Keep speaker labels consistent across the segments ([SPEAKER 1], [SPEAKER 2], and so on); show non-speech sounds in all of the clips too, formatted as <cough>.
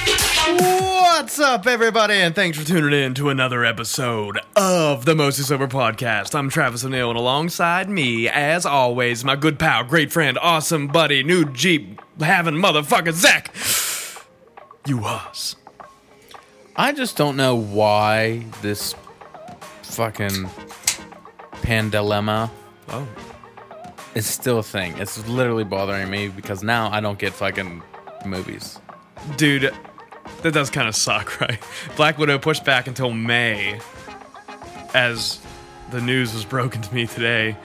[SPEAKER 1] What's up, everybody, and thanks for tuning in to another episode of the Mostly Sober Podcast. I'm Travis O'Neill, and alongside me, as always, my good pal, great friend, awesome buddy, new Jeep having motherfucker Zach. You was.
[SPEAKER 2] I just don't know why this fucking pandilemma
[SPEAKER 1] Oh,
[SPEAKER 2] is still a thing. It's literally bothering me because now I don't get fucking movies.
[SPEAKER 1] dude, that does kind of suck, <laughs> right? Black Widow pushed back until May, as the news was broken to me today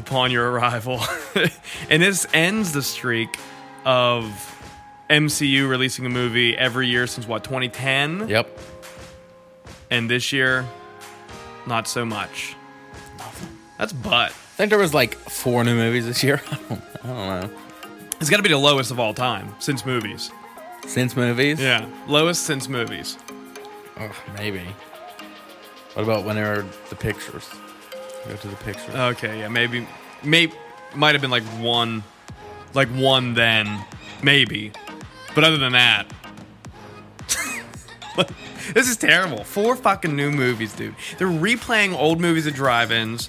[SPEAKER 1] upon your arrival. <laughs> and this ends the streak of MCU releasing a movie every year since what, 2010?
[SPEAKER 2] Yep.
[SPEAKER 1] And this year, not so much. That's butt.
[SPEAKER 2] I think there was like four new movies this year. <laughs> I don't, I don't know.
[SPEAKER 1] It's got to be the lowest of all time since movies.
[SPEAKER 2] Since movies?
[SPEAKER 1] Yeah, lowest since movies.
[SPEAKER 2] Ugh, maybe. What about when there are the pictures? Go to the pictures.
[SPEAKER 1] Okay, yeah, maybe, may might have been like one, like one then, maybe, but other than that, <laughs> this is terrible. Four fucking new movies, dude. They're replaying old movies at drive-ins,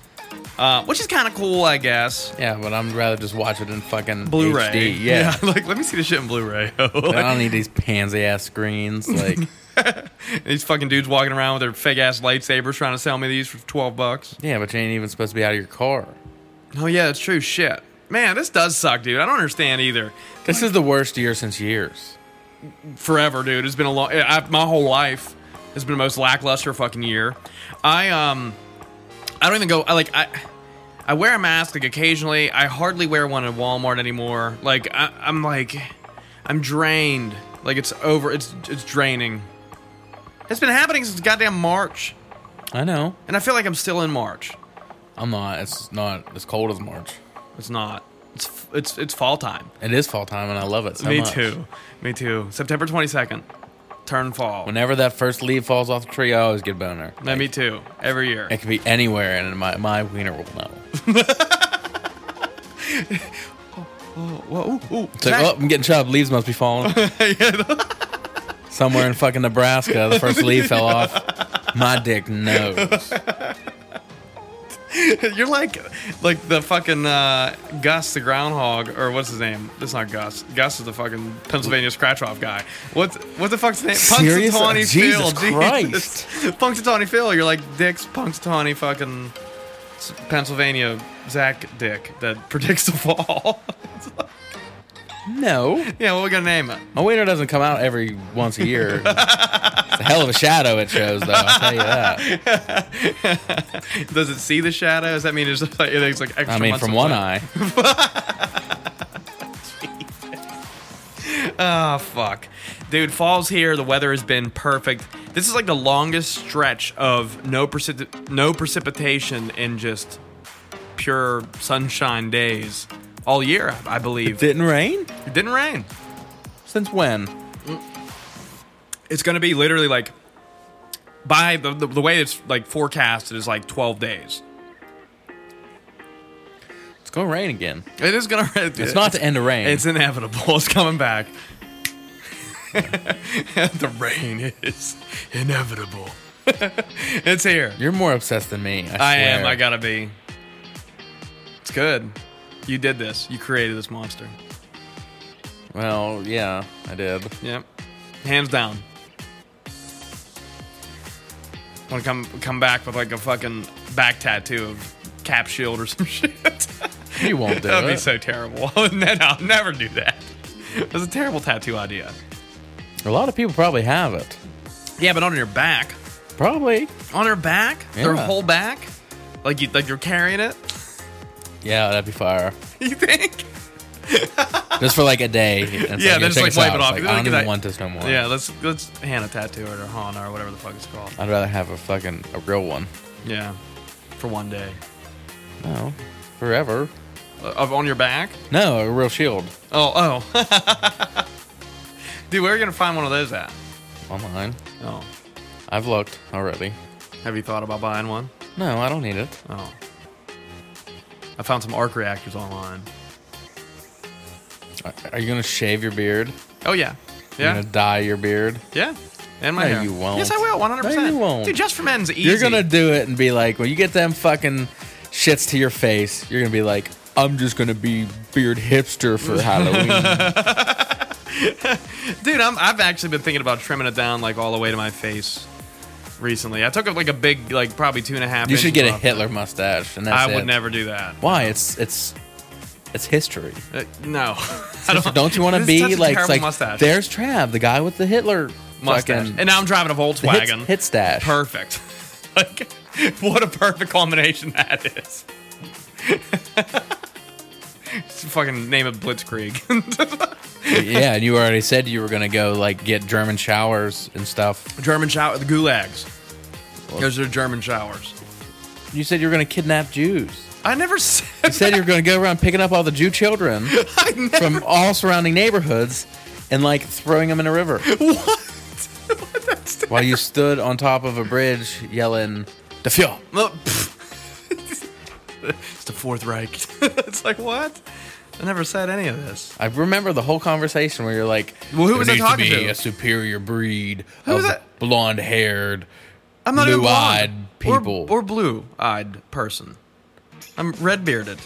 [SPEAKER 1] uh, which is kind of cool, I guess.
[SPEAKER 2] yeah, but I'd rather just watch it in fucking
[SPEAKER 1] Blu-ray,
[SPEAKER 2] HD.
[SPEAKER 1] <laughs>
[SPEAKER 2] Yeah.
[SPEAKER 1] like let me see the shit in Blu-ray.
[SPEAKER 2] <laughs>
[SPEAKER 1] <laughs>
[SPEAKER 2] I don't need these pansy ass screens. Like,
[SPEAKER 1] These fucking dudes walking around with their fake ass lightsabers trying to sell me these for twelve bucks.
[SPEAKER 2] yeah, but you ain't even supposed to be out of your car.
[SPEAKER 1] Oh yeah, it's true. Shit, man, this does suck, dude. I don't understand either.
[SPEAKER 2] This is the worst year since years.
[SPEAKER 1] forever, dude. It's been a long. I, I- my whole life has been the most lackluster fucking year. I um, I don't even go. I like I. I wear a mask like occasionally. I hardly wear one at Walmart anymore. Like I, I'm like, I'm drained. Like it's over. It's it's draining. It's been happening since goddamn March,
[SPEAKER 2] I know.
[SPEAKER 1] and I feel like I'm still in March.
[SPEAKER 2] I'm not. It's not as cold as March.
[SPEAKER 1] It's not. It's f- it's it's fall time.
[SPEAKER 2] It is fall time, and I love it so
[SPEAKER 1] Me
[SPEAKER 2] much.
[SPEAKER 1] too. Me too. September 22nd, turn fall.
[SPEAKER 2] Whenever that first leaf falls off the tree, I always get a boner.
[SPEAKER 1] Yeah, me too. Every year.
[SPEAKER 2] It could be anywhere, and my my wiener will know.
[SPEAKER 1] Whoa, ooh, ooh. <laughs>
[SPEAKER 2] It's like,
[SPEAKER 1] Zach-
[SPEAKER 2] oh, I'm getting chopped. Leaves must be falling. Somewhere in fucking Nebraska, the first leaf fell off. My dick knows.
[SPEAKER 1] <laughs> You're like like the fucking uh, Gus the groundhog or what's his name? That's not Gus. Gus is the fucking Pennsylvania scratch off guy. What's what the fuck's his name?
[SPEAKER 2] Serious?
[SPEAKER 1] Punxsutawney
[SPEAKER 2] Jesus
[SPEAKER 1] Phil.
[SPEAKER 2] Christ.
[SPEAKER 1] Jesus. <laughs> Punxsutawney Phil. You're like Dick's Punxsutawney fucking s- Pennsylvania Zach Dick that <laughs> predicts the fall. <laughs>
[SPEAKER 2] No,
[SPEAKER 1] yeah, what we gonna name it?
[SPEAKER 2] my wiener doesn't come out every once a year. It's a hell of a shadow it shows, though. I'll tell you that.
[SPEAKER 1] Does it see the shadow? Does that mean it's like, it's like extra?
[SPEAKER 2] I mean,
[SPEAKER 1] months
[SPEAKER 2] from
[SPEAKER 1] of
[SPEAKER 2] one
[SPEAKER 1] life?
[SPEAKER 2] eye.
[SPEAKER 1] Oh fuck. Dude, fall's here. The weather has been perfect. This is like the longest stretch of no precip- no precipitation in just pure sunshine days all year, I- I believe.
[SPEAKER 2] Didn't rain
[SPEAKER 1] It didn't rain.
[SPEAKER 2] since when?
[SPEAKER 1] It's going to be literally like by the, the, the way it's like forecasted is like 12 days.
[SPEAKER 2] It's gonna rain again.
[SPEAKER 1] It is going to
[SPEAKER 2] It's not the end of rain.
[SPEAKER 1] It's inevitable. It's coming back. <laughs> the rain is inevitable. <laughs> it's here.
[SPEAKER 2] You're more obsessed than me. I,
[SPEAKER 1] I
[SPEAKER 2] swear.
[SPEAKER 1] am. I gotta be. It's good. You did this. You created this monster.
[SPEAKER 2] Well, yeah, I did.
[SPEAKER 1] Yep. Hands down. Want to come come back with like a fucking back tattoo of Cap Shield or <laughs> some shit?
[SPEAKER 2] You won't do
[SPEAKER 1] <laughs> That'd be
[SPEAKER 2] it.
[SPEAKER 1] so terrible. <laughs> no, no, I'll never do that. That's a terrible tattoo idea.
[SPEAKER 2] A lot of people probably have it.
[SPEAKER 1] Yeah, but on your back,
[SPEAKER 2] Probably.
[SPEAKER 1] on her back, their
[SPEAKER 2] Yeah.
[SPEAKER 1] whole back, like you like you're carrying it. <laughs>
[SPEAKER 2] Yeah, that'd be fire.
[SPEAKER 1] You think?
[SPEAKER 2] just for like
[SPEAKER 1] <laughs>
[SPEAKER 2] a day. It's
[SPEAKER 1] Yeah, then
[SPEAKER 2] here,
[SPEAKER 1] just,
[SPEAKER 2] check
[SPEAKER 1] like,
[SPEAKER 2] this
[SPEAKER 1] wipe
[SPEAKER 2] out.
[SPEAKER 1] it off.
[SPEAKER 2] It's
[SPEAKER 1] You're like,
[SPEAKER 2] Like, I don't even
[SPEAKER 1] that-
[SPEAKER 2] want this no more.
[SPEAKER 1] Yeah, let's let's Hannah tattoo it or Hana or whatever the fuck it's called.
[SPEAKER 2] I'd rather have a fucking a real one.
[SPEAKER 1] Yeah, for one day.
[SPEAKER 2] No, forever.
[SPEAKER 1] Uh, of- on your back?
[SPEAKER 2] No, a real shield
[SPEAKER 1] Oh, oh. <laughs> Dude, where are you gonna find one of those at?
[SPEAKER 2] online.
[SPEAKER 1] Oh,
[SPEAKER 2] I've looked already.
[SPEAKER 1] have you thought about buying one?
[SPEAKER 2] No, I don't need it.
[SPEAKER 1] Oh, I found some arc reactors online.
[SPEAKER 2] Are- Are you gonna shave your beard?
[SPEAKER 1] Oh yeah,
[SPEAKER 2] You're
[SPEAKER 1] yeah,
[SPEAKER 2] gonna dye your beard.
[SPEAKER 1] yeah. And my
[SPEAKER 2] No,
[SPEAKER 1] hair.
[SPEAKER 2] you won't.
[SPEAKER 1] Yes, I will. One hundred
[SPEAKER 2] No,
[SPEAKER 1] percent.
[SPEAKER 2] you won't.
[SPEAKER 1] Dude, just for men's easy.
[SPEAKER 2] You're gonna do it and be like, when you get them fucking shits to your face, you're gonna be like, I'm just gonna be beard
[SPEAKER 1] <laughs>
[SPEAKER 2] hipster for Halloween.
[SPEAKER 1] Dude, I'm, I've actually been thinking about trimming it down like all the way to my face recently. I took like a big, like probably two and a half.
[SPEAKER 2] you should
[SPEAKER 1] inch
[SPEAKER 2] get a
[SPEAKER 1] off.
[SPEAKER 2] Hitler mustache, and that's
[SPEAKER 1] I would
[SPEAKER 2] it.
[SPEAKER 1] never do that.
[SPEAKER 2] Why? It's it's it's history.
[SPEAKER 1] Uh, no. I
[SPEAKER 2] Don't,
[SPEAKER 1] <laughs>
[SPEAKER 2] you want to
[SPEAKER 1] This is such
[SPEAKER 2] be
[SPEAKER 1] a
[SPEAKER 2] like, it's
[SPEAKER 1] terrible
[SPEAKER 2] like
[SPEAKER 1] mustache.
[SPEAKER 2] there's Trav, the guy with the Hitler
[SPEAKER 1] mustache.
[SPEAKER 2] fucking
[SPEAKER 1] And now I'm driving a
[SPEAKER 2] the hit,
[SPEAKER 1] Volkswagen.
[SPEAKER 2] hit stash.
[SPEAKER 1] Perfect. <laughs> like, what a perfect combination that is. <laughs> Just fucking name it Blitzkrieg.
[SPEAKER 2] <laughs>
[SPEAKER 1] <laughs>
[SPEAKER 2] yeah, and you already said you were gonna go like get German showers and stuff.
[SPEAKER 1] German shower, the gulags. Those are German showers.
[SPEAKER 2] You said you were gonna kidnap Jews.
[SPEAKER 1] I never
[SPEAKER 2] You
[SPEAKER 1] said. <laughs>
[SPEAKER 2] said you were gonna go around picking up all the Jew children.
[SPEAKER 1] I never
[SPEAKER 2] from all surrounding neighborhoods and like throwing them in a river while you stood on top of a bridge yelling the fuel
[SPEAKER 1] Well, pfft. <laughs> it's the Fourth Reich. <laughs> it's like what? I never said any of this.
[SPEAKER 2] i remember the whole conversation where you're like
[SPEAKER 1] Well, who was I
[SPEAKER 2] needs
[SPEAKER 1] talking
[SPEAKER 2] be
[SPEAKER 1] to?
[SPEAKER 2] a superior breed
[SPEAKER 1] Who
[SPEAKER 2] of
[SPEAKER 1] was I-
[SPEAKER 2] blonde haired
[SPEAKER 1] I'm not even blonde.
[SPEAKER 2] Blue-eyed people.
[SPEAKER 1] or, or blue-eyed person. I'm red bearded.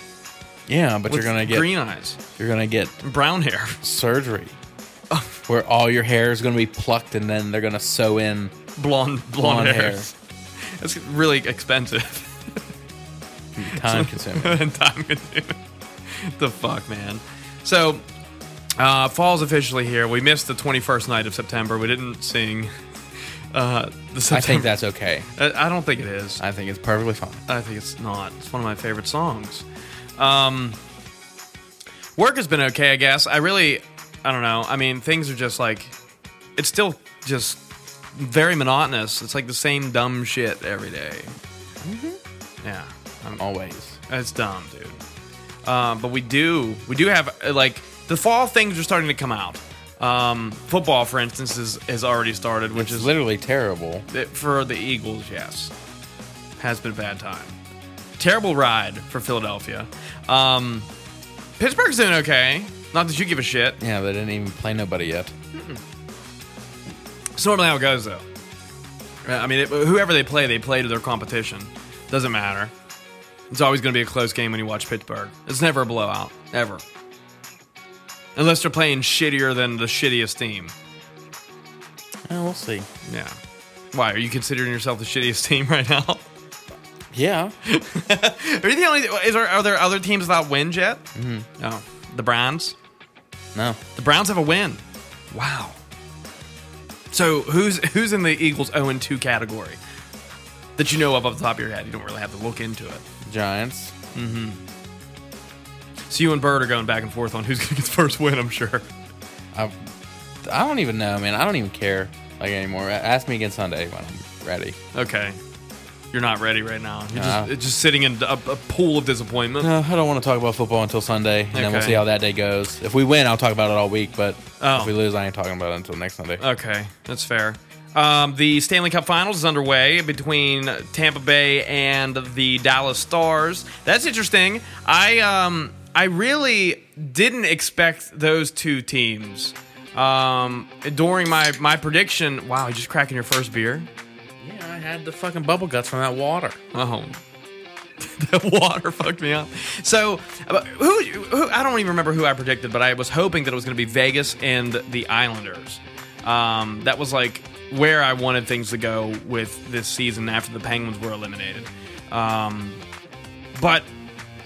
[SPEAKER 2] yeah but
[SPEAKER 1] With
[SPEAKER 2] you're gonna get
[SPEAKER 1] green eyes,
[SPEAKER 2] you're gonna get
[SPEAKER 1] and brown hair. <laughs>
[SPEAKER 2] surgery <laughs> where all your hair is gonna be plucked and then they're gonna sew in
[SPEAKER 1] Blonde, blonde,
[SPEAKER 2] Blonde
[SPEAKER 1] hair.
[SPEAKER 2] hair.
[SPEAKER 1] That's really expensive <laughs>
[SPEAKER 2] time consuming
[SPEAKER 1] and time consuming. the fuck, man. So, uh, fall's officially here. We missed the 21st night of September. We didn't sing. Uh, the
[SPEAKER 2] i think
[SPEAKER 1] September.
[SPEAKER 2] that's okay
[SPEAKER 1] I, I don't think it is.
[SPEAKER 2] i think it's perfectly fine
[SPEAKER 1] I think it's not. It's one of my favorite songs. Um, work has been okay, I guess. I really, I don't know. I mean, things are just like, it's still just very monotonous. It's like the same dumb shit every day.
[SPEAKER 2] Mm-hmm.
[SPEAKER 1] Yeah, I'm,
[SPEAKER 2] always
[SPEAKER 1] it's dumb, dude. Um, but we do, we do have uh, like the fall things are starting to come out. Um, football, for instance, is has already started, which
[SPEAKER 2] which
[SPEAKER 1] is
[SPEAKER 2] is literally terrible
[SPEAKER 1] it- for the Eagles, yes, has been a bad time. Terrible ride for Philadelphia. Um, Pittsburgh's doing okay. Not that you give a shit.
[SPEAKER 2] Yeah, they didn't even play nobody yet.
[SPEAKER 1] It's normally how it goes, though. Uh, I mean, it, whoever they play, they play to their competition. Doesn't matter. It's always going to be a close game when you watch Pittsburgh. It's never a blowout, ever. Unless they're playing shittier than the shittiest team.
[SPEAKER 2] Oh, we'll see.
[SPEAKER 1] Yeah. Why? Are you considering yourself the shittiest <laughs> team right now?
[SPEAKER 2] <laughs> Yeah,
[SPEAKER 1] Are you the only? Is there, are there other teams without wins yet? Mm-hmm. No, the Browns.
[SPEAKER 2] no,
[SPEAKER 1] The Browns have a win. Wow. So who's who's in the Eagles 0 2 category that you know of off the top of your head? You don't really have to look into it.
[SPEAKER 2] Giants.
[SPEAKER 1] So you and Bird are going back and forth on who's <laughs> going to get the first win. I'm sure.
[SPEAKER 2] I, I don't even know, man. I don't even care like anymore. A- Ask me again Sunday when I'm ready.
[SPEAKER 1] Okay. You're not ready right now. You're
[SPEAKER 2] Nah.
[SPEAKER 1] just, just sitting in a, a pool of disappointment.
[SPEAKER 2] No, I don't want to talk about football until Sunday, and then we'll
[SPEAKER 1] Okay.
[SPEAKER 2] see how that day goes. If we win, I'll talk about it all week. But
[SPEAKER 1] Oh.
[SPEAKER 2] if we lose, I ain't talking about it until next Sunday.
[SPEAKER 1] Okay, that's fair. Um, the Stanley Cup Finals is underway between Tampa Bay and the Dallas Stars. That's interesting. I um, I really didn't expect those two teams. Um, during my my prediction, wow, you just cracking your first beer.
[SPEAKER 2] yeah, I had the fucking bubble guts from that water.
[SPEAKER 1] Oh. <laughs> the water fucked me up. So, uh, who, who? I don't even remember who I predicted, but I was hoping that it was going to be Vegas and the Islanders. Um, that was like where I wanted things to go with this season after the Penguins were eliminated. Um, but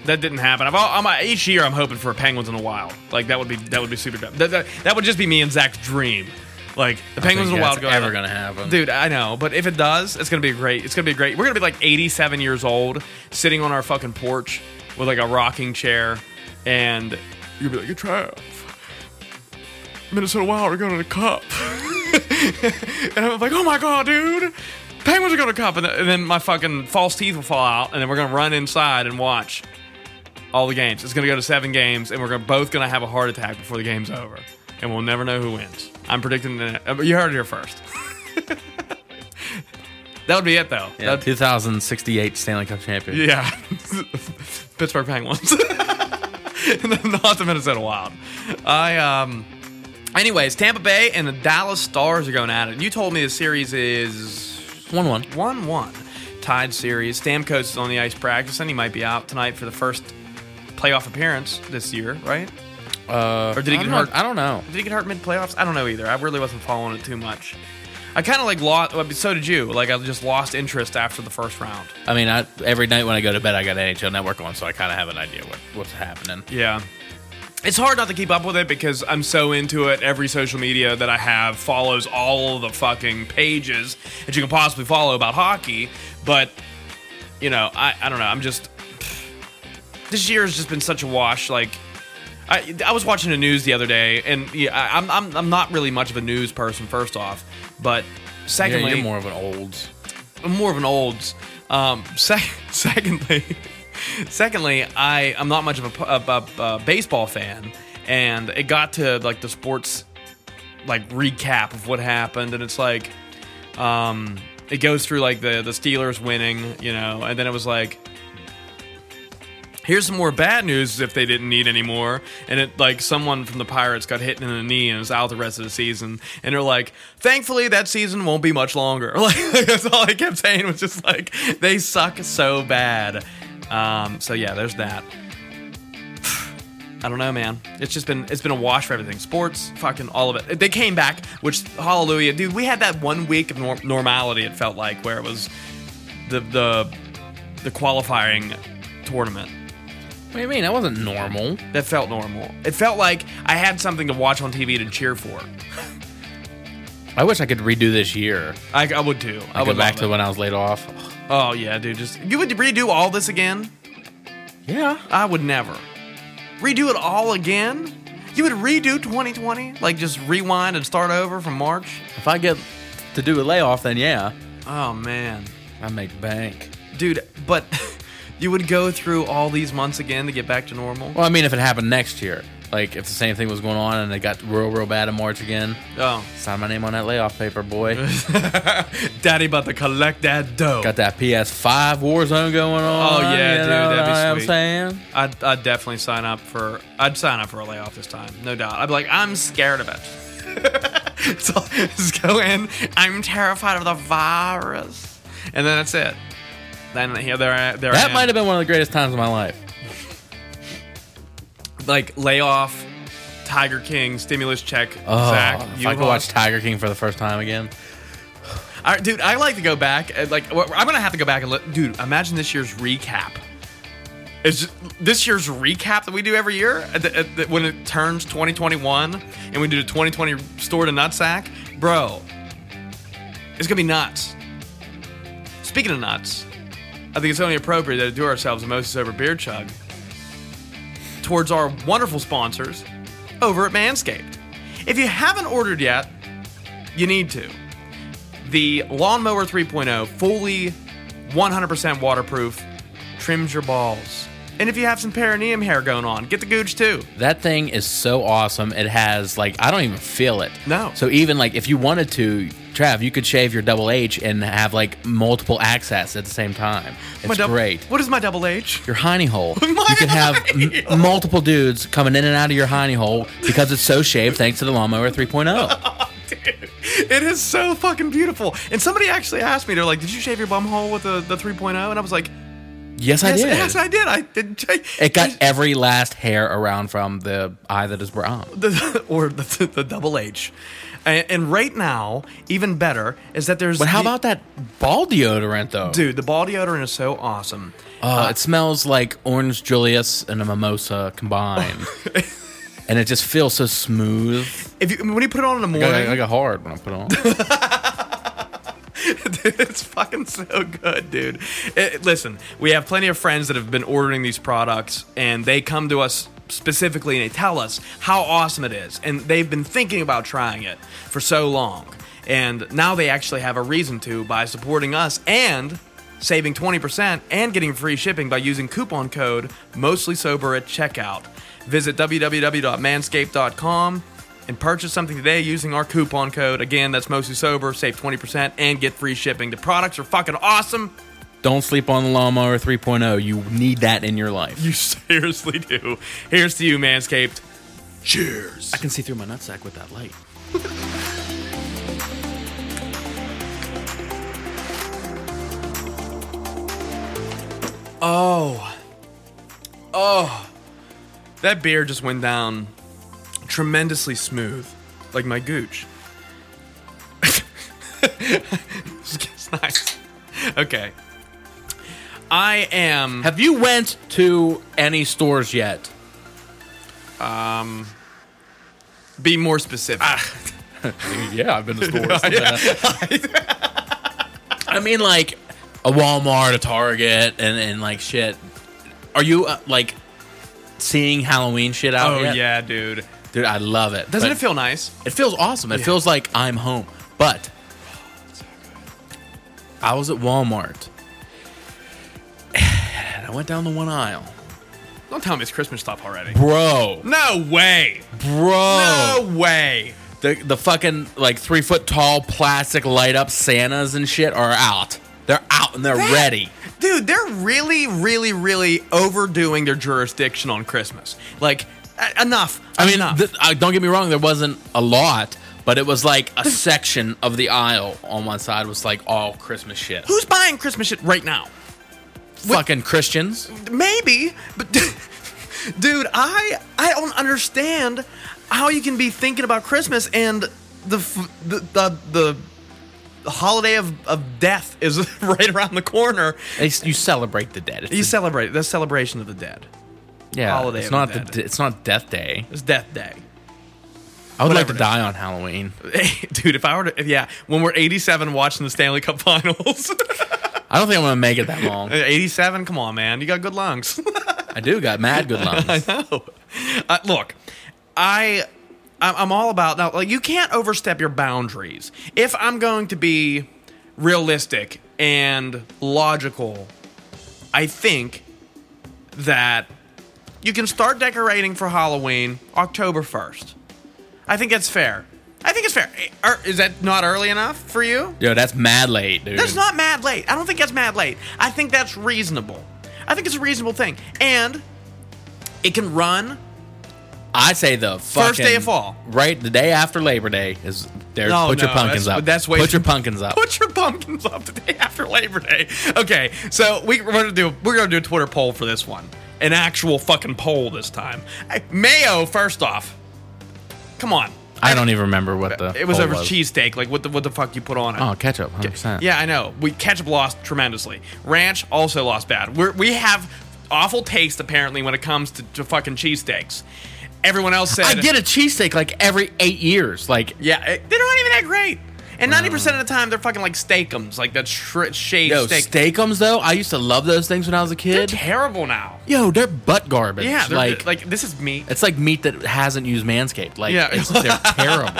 [SPEAKER 1] that didn't happen. I've, all- I'm, uh, each year I'm hoping for a Penguins in the Wild. Like that would be that would be super. dope. That, that, that would just be me and Zach's dream. Like the Penguins in the Wild. go out-
[SPEAKER 2] ever gonna happen,
[SPEAKER 1] Dude, I know, but if it does, it's gonna be great. It's gonna be great. We're gonna be like 87 years old, sitting on our fucking porch with like a rocking chair, and You'll be like, you Trav, Minnesota Wild are going to the cup. and I'm like, oh my God, dude. Penguins are going to cup. And, th- and then my fucking false teeth will fall out. And then we're going to run inside and watch all the games. It's going to go to seven games. And we're gonna, both going to have a heart attack before the game's over. And we'll never know who wins. I'm predicting that. uh, You heard it here first. <laughs> that would be it, though.
[SPEAKER 2] Yeah,
[SPEAKER 1] That'd-
[SPEAKER 2] 2068 Stanley Cup champion.
[SPEAKER 1] yeah. <laughs> Pittsburgh Penguins. <laughs> Not the Minnesota Wild. I um anyways, Tampa Bay and the Dallas Stars are going at it. You told me the series is
[SPEAKER 2] One one.
[SPEAKER 1] one one. Tied series. Stamkos is on the ice practicing. He might be out tonight for the first playoff appearance this year, right?
[SPEAKER 2] Uh,
[SPEAKER 1] Or did he
[SPEAKER 2] I
[SPEAKER 1] get
[SPEAKER 2] don't know-
[SPEAKER 1] hurt?
[SPEAKER 2] I don't know.
[SPEAKER 1] Did he get hurt mid playoffs? I don't know either. I really wasn't following it too much. I kind of like lost. well, So did you? Like I just lost interest after the first round.
[SPEAKER 2] I mean, I, every night when I go to bed, I got NHL Network on, so I kind of have an idea what, what's happening.
[SPEAKER 1] Yeah. It's hard not to keep up with it because I'm so into it. Every social media that I have follows all the fucking pages that you can possibly follow about hockey. But, you know, I, I don't know. I'm just. <sighs> This year has just been such a wash. Like, I, I was watching the news the other day, and yeah, I, I'm, I'm, I'm not really much of a news person, first off. But secondly,
[SPEAKER 2] you're more of an olds.
[SPEAKER 1] I'm more of an olds. Um, sec- <laughs> secondly, secondly, I I'm not much of a, pu- a, a, a baseball fan, and it got to like the sports like recap of what happened, and it's like, um, it goes through like the the Steelers winning, you know, and then it was like. Here's some more bad news if they didn't need any more. And it like someone from the Pirates got hit in the knee and is out the rest of the season. And they're like, thankfully that season won't be much longer. <laughs> Like that's all I kept saying was just like they suck so bad. Um, so yeah, there's that. <sighs> I don't know, man. It's just been it's been a wash for everything. Sports, fucking all of it. They came back, which hallelujah, dude. We had that one week of nor- normality. It felt like where it was the the the qualifying tournament
[SPEAKER 2] What do you mean? That wasn't normal.
[SPEAKER 1] that felt normal. It felt like I had something to watch on TV to cheer for.
[SPEAKER 2] I wish I could redo this year.
[SPEAKER 1] I, I would too. I,
[SPEAKER 2] I go
[SPEAKER 1] would
[SPEAKER 2] back
[SPEAKER 1] love
[SPEAKER 2] to
[SPEAKER 1] it.
[SPEAKER 2] when I was laid off.
[SPEAKER 1] Oh yeah, dude. Just you would redo all this again?
[SPEAKER 2] Yeah.
[SPEAKER 1] I would never redo it all again. You would redo 2020, like just rewind and start over from March.
[SPEAKER 2] If I get to do a layoff, then yeah,
[SPEAKER 1] Oh man,
[SPEAKER 2] I make bank.
[SPEAKER 1] dude. But <laughs> you would go through all these months again to get back to normal.
[SPEAKER 2] Well, I mean, if it happened next year, like if the same thing was going on and it got real, real bad in March again,
[SPEAKER 1] Oh,
[SPEAKER 2] sign my name on that layoff paper, boy. <laughs>
[SPEAKER 1] daddy, about to collect that dough.
[SPEAKER 2] got that PS5 Warzone going on.
[SPEAKER 1] Oh, yeah,
[SPEAKER 2] you
[SPEAKER 1] dude,
[SPEAKER 2] know
[SPEAKER 1] that'd be
[SPEAKER 2] what
[SPEAKER 1] sweet.
[SPEAKER 2] I'm saying.
[SPEAKER 1] I'd, I'd definitely sign up for. I'd sign up for a layoff this time, no doubt. I'd be like, I'm scared of it. so just go in. I'm terrified of the virus, and then that's it. Then here, there, I- there.
[SPEAKER 2] That might have been one of the greatest times of my life.
[SPEAKER 1] been like layoff, Tiger King stimulus check.
[SPEAKER 2] Oh,
[SPEAKER 1] Zach,
[SPEAKER 2] if I could
[SPEAKER 1] Yuval.
[SPEAKER 2] watch Tiger King for the first time again.
[SPEAKER 1] I, dude, I like to go back. And like, wh- I'm gonna have to go back and look. Dude, imagine this year's recap. It's just, this year's recap that we do every year at the, at the, when it turns 2021, and we do the 2020 store to nutsack, bro. It's gonna be nuts. Speaking of nuts, I think it's only appropriate that we do ourselves a Moses over beer chug towards our wonderful sponsors over at Manscaped. If you haven't ordered yet, you need to the Lawnmower 3.0 fully 100% waterproof trims your balls. And if you have some perineum hair going on, get the gooch too.
[SPEAKER 2] That thing is so awesome. It has like I don't even feel it.
[SPEAKER 1] No.
[SPEAKER 2] So even like if you wanted to, Trav, you could shave your double H and have like multiple access at the same time. It's
[SPEAKER 1] My dou-
[SPEAKER 2] great.
[SPEAKER 1] What is my double H? <laughs>
[SPEAKER 2] Your hiney hole.
[SPEAKER 1] My
[SPEAKER 2] you can have
[SPEAKER 1] hiney hole.
[SPEAKER 2] m- multiple dudes coming in and out of your hiney hole because it's so shaved thanks to the lawnmower
[SPEAKER 1] <laughs>
[SPEAKER 2] 3.0.
[SPEAKER 1] Dude, it is so fucking beautiful. And somebody actually asked me, they're like, "Did you shave your bum hole with the, the 3.0?" And I was like,
[SPEAKER 2] Yes, I
[SPEAKER 1] "Yes,
[SPEAKER 2] did.
[SPEAKER 1] yes, I did. I did."
[SPEAKER 2] it got every last hair around from the eye that is brown.
[SPEAKER 1] <laughs> the, or the, the double H. And, and right now, even better is that there's.
[SPEAKER 2] But how
[SPEAKER 1] the-
[SPEAKER 2] about that ball deodorant though?
[SPEAKER 1] dude? The ball deodorant is so awesome.
[SPEAKER 2] Uh, it smells like orange Julius and a mimosa <laughs> combined. and it just feels so smooth.
[SPEAKER 1] If you when you put it on in the
[SPEAKER 2] I
[SPEAKER 1] morning,
[SPEAKER 2] got, I got hard when I put it on. <laughs>
[SPEAKER 1] <laughs> Dude, it's fucking so good, dude. It- listen, we have plenty of friends that have been ordering these products, and they come to us specifically and they tell us how awesome it is. And they've been thinking about trying it for so long. And now they actually have a reason to by supporting us and saving 20% and getting free shipping by using coupon code mostly sober at checkout. Visit www.manscaped.com and purchase something today using our coupon code. Again, that's mostly sober, save 20% and get free shipping. The products are fucking awesome. <laughs>
[SPEAKER 2] Don't sleep on the lawnmower 3.0. You need that in your life.
[SPEAKER 1] You seriously do. Here's to you, Manscaped.
[SPEAKER 2] I can see through my nutsack with that light.
[SPEAKER 1] Oh. Oh. That beer just went down tremendously smooth, like my gooch. <laughs> it's nice. Okay. I am.
[SPEAKER 2] Have you went to any stores yet?
[SPEAKER 1] Be more specific.
[SPEAKER 2] <laughs> Yeah, I've been to stores. I mean, like a Walmart, a Target, and, and like shit. Are you uh, like seeing Halloween shit out
[SPEAKER 1] oh
[SPEAKER 2] yet?
[SPEAKER 1] yeah, dude.
[SPEAKER 2] dude, I love it.
[SPEAKER 1] Doesn't
[SPEAKER 2] But
[SPEAKER 1] it feel nice?
[SPEAKER 2] It feels awesome. It feels like I'm home. But I was at Walmart. <sighs> And I went down the one aisle,
[SPEAKER 1] Don't tell me it's Christmas stuff already.
[SPEAKER 2] bro.
[SPEAKER 1] No way. Oh.
[SPEAKER 2] Bro,
[SPEAKER 1] No way.
[SPEAKER 2] the the fucking like three foot tall plastic light up Santas and shit are out. They're out and they're ready.
[SPEAKER 1] Dude, they're really, really, really overdoing their jurisdiction on Christmas. Like, e- enough.
[SPEAKER 2] I mean,
[SPEAKER 1] enough.
[SPEAKER 2] th- uh, don't get me wrong, there wasn't a lot, but it was like
[SPEAKER 1] <laughs>
[SPEAKER 2] a section of the aisle on one side was like all Christmas shit.
[SPEAKER 1] Who's buying Christmas shit right now?
[SPEAKER 2] Fucking Christians.
[SPEAKER 1] Maybe, but <laughs> dude, I I don't understand how you can be thinking about Christmas and the f- the the, the holiday of, of death is <laughs> right around the corner.
[SPEAKER 2] They, s- you celebrate the dead. It's
[SPEAKER 1] You
[SPEAKER 2] the-
[SPEAKER 1] celebrate the celebration of the dead.
[SPEAKER 2] yeah,
[SPEAKER 1] holiday
[SPEAKER 2] It's
[SPEAKER 1] of
[SPEAKER 2] not
[SPEAKER 1] the
[SPEAKER 2] the.
[SPEAKER 1] dead.
[SPEAKER 2] d it's not Death Day.
[SPEAKER 1] It's Death Day. <laughs>
[SPEAKER 2] I would
[SPEAKER 1] Whatever
[SPEAKER 2] like to
[SPEAKER 1] it
[SPEAKER 2] die on Halloween.
[SPEAKER 1] Dude, if I were to, if, yeah, when we're 87 watching the Stanley Cup <laughs> Finals,
[SPEAKER 2] I don't think I'm gonna make it
[SPEAKER 1] <laughs>
[SPEAKER 2] that long.
[SPEAKER 1] 87, come on, man, you got good lungs. <laughs>
[SPEAKER 2] I do got mad good lungs.
[SPEAKER 1] no, uh, look, I I'm I'm all about now. Like you can't overstep your boundaries. If I'm going to be realistic and logical, I think that you can start decorating for Halloween October first. I think that's fair. I think it's fair. Eh, are- Is that not early enough for you?
[SPEAKER 2] Yo, that's mad late, dude.
[SPEAKER 1] That's not mad late. I don't think that's mad late. I think that's reasonable. I think it's a reasonable thing. And it can run. <laughs>
[SPEAKER 2] I say the
[SPEAKER 1] First day
[SPEAKER 2] fucking-
[SPEAKER 1] of fall.
[SPEAKER 2] right? The day after Labor Day is there.
[SPEAKER 1] No,
[SPEAKER 2] put
[SPEAKER 1] no,
[SPEAKER 2] your pumpkins
[SPEAKER 1] that's-
[SPEAKER 2] up.
[SPEAKER 1] that's way
[SPEAKER 2] put
[SPEAKER 1] too-
[SPEAKER 2] your pumpkins up.
[SPEAKER 1] Put your pumpkins up the day after Labor Day. Okay, so we, we're gonna do we're gonna do a Twitter poll for this one. An actual fucking poll this time. Hey, Mayo, first off. Come on.
[SPEAKER 2] I don't even remember what the
[SPEAKER 1] It was
[SPEAKER 2] poll
[SPEAKER 1] over cheesesteak. Like what the what the fuck you put on it?
[SPEAKER 2] Oh, ketchup, hundred percent.
[SPEAKER 1] Yeah, I know. We ketchup lost tremendously. Ranch also lost bad. We're, we have awful taste apparently when it comes to, to fucking cheesesteaks. Everyone else said
[SPEAKER 2] I get a cheesesteak like every eight years. Like,
[SPEAKER 1] Yeah, it, they're not even that great. And ninety percent of the time, they're fucking like steakums, like that sh- shaved
[SPEAKER 2] Mm. yo,
[SPEAKER 1] steak.
[SPEAKER 2] steakums though. I used to love those things when I was a
[SPEAKER 1] They're
[SPEAKER 2] kid.
[SPEAKER 1] terrible now.
[SPEAKER 2] yo, they're butt garbage.
[SPEAKER 1] Yeah, they're,
[SPEAKER 2] like,
[SPEAKER 1] like this is meat.
[SPEAKER 2] it's like meat that hasn't used Manscaped. Like,
[SPEAKER 1] Yeah.
[SPEAKER 2] it's, they're
[SPEAKER 1] <laughs>
[SPEAKER 2] terrible.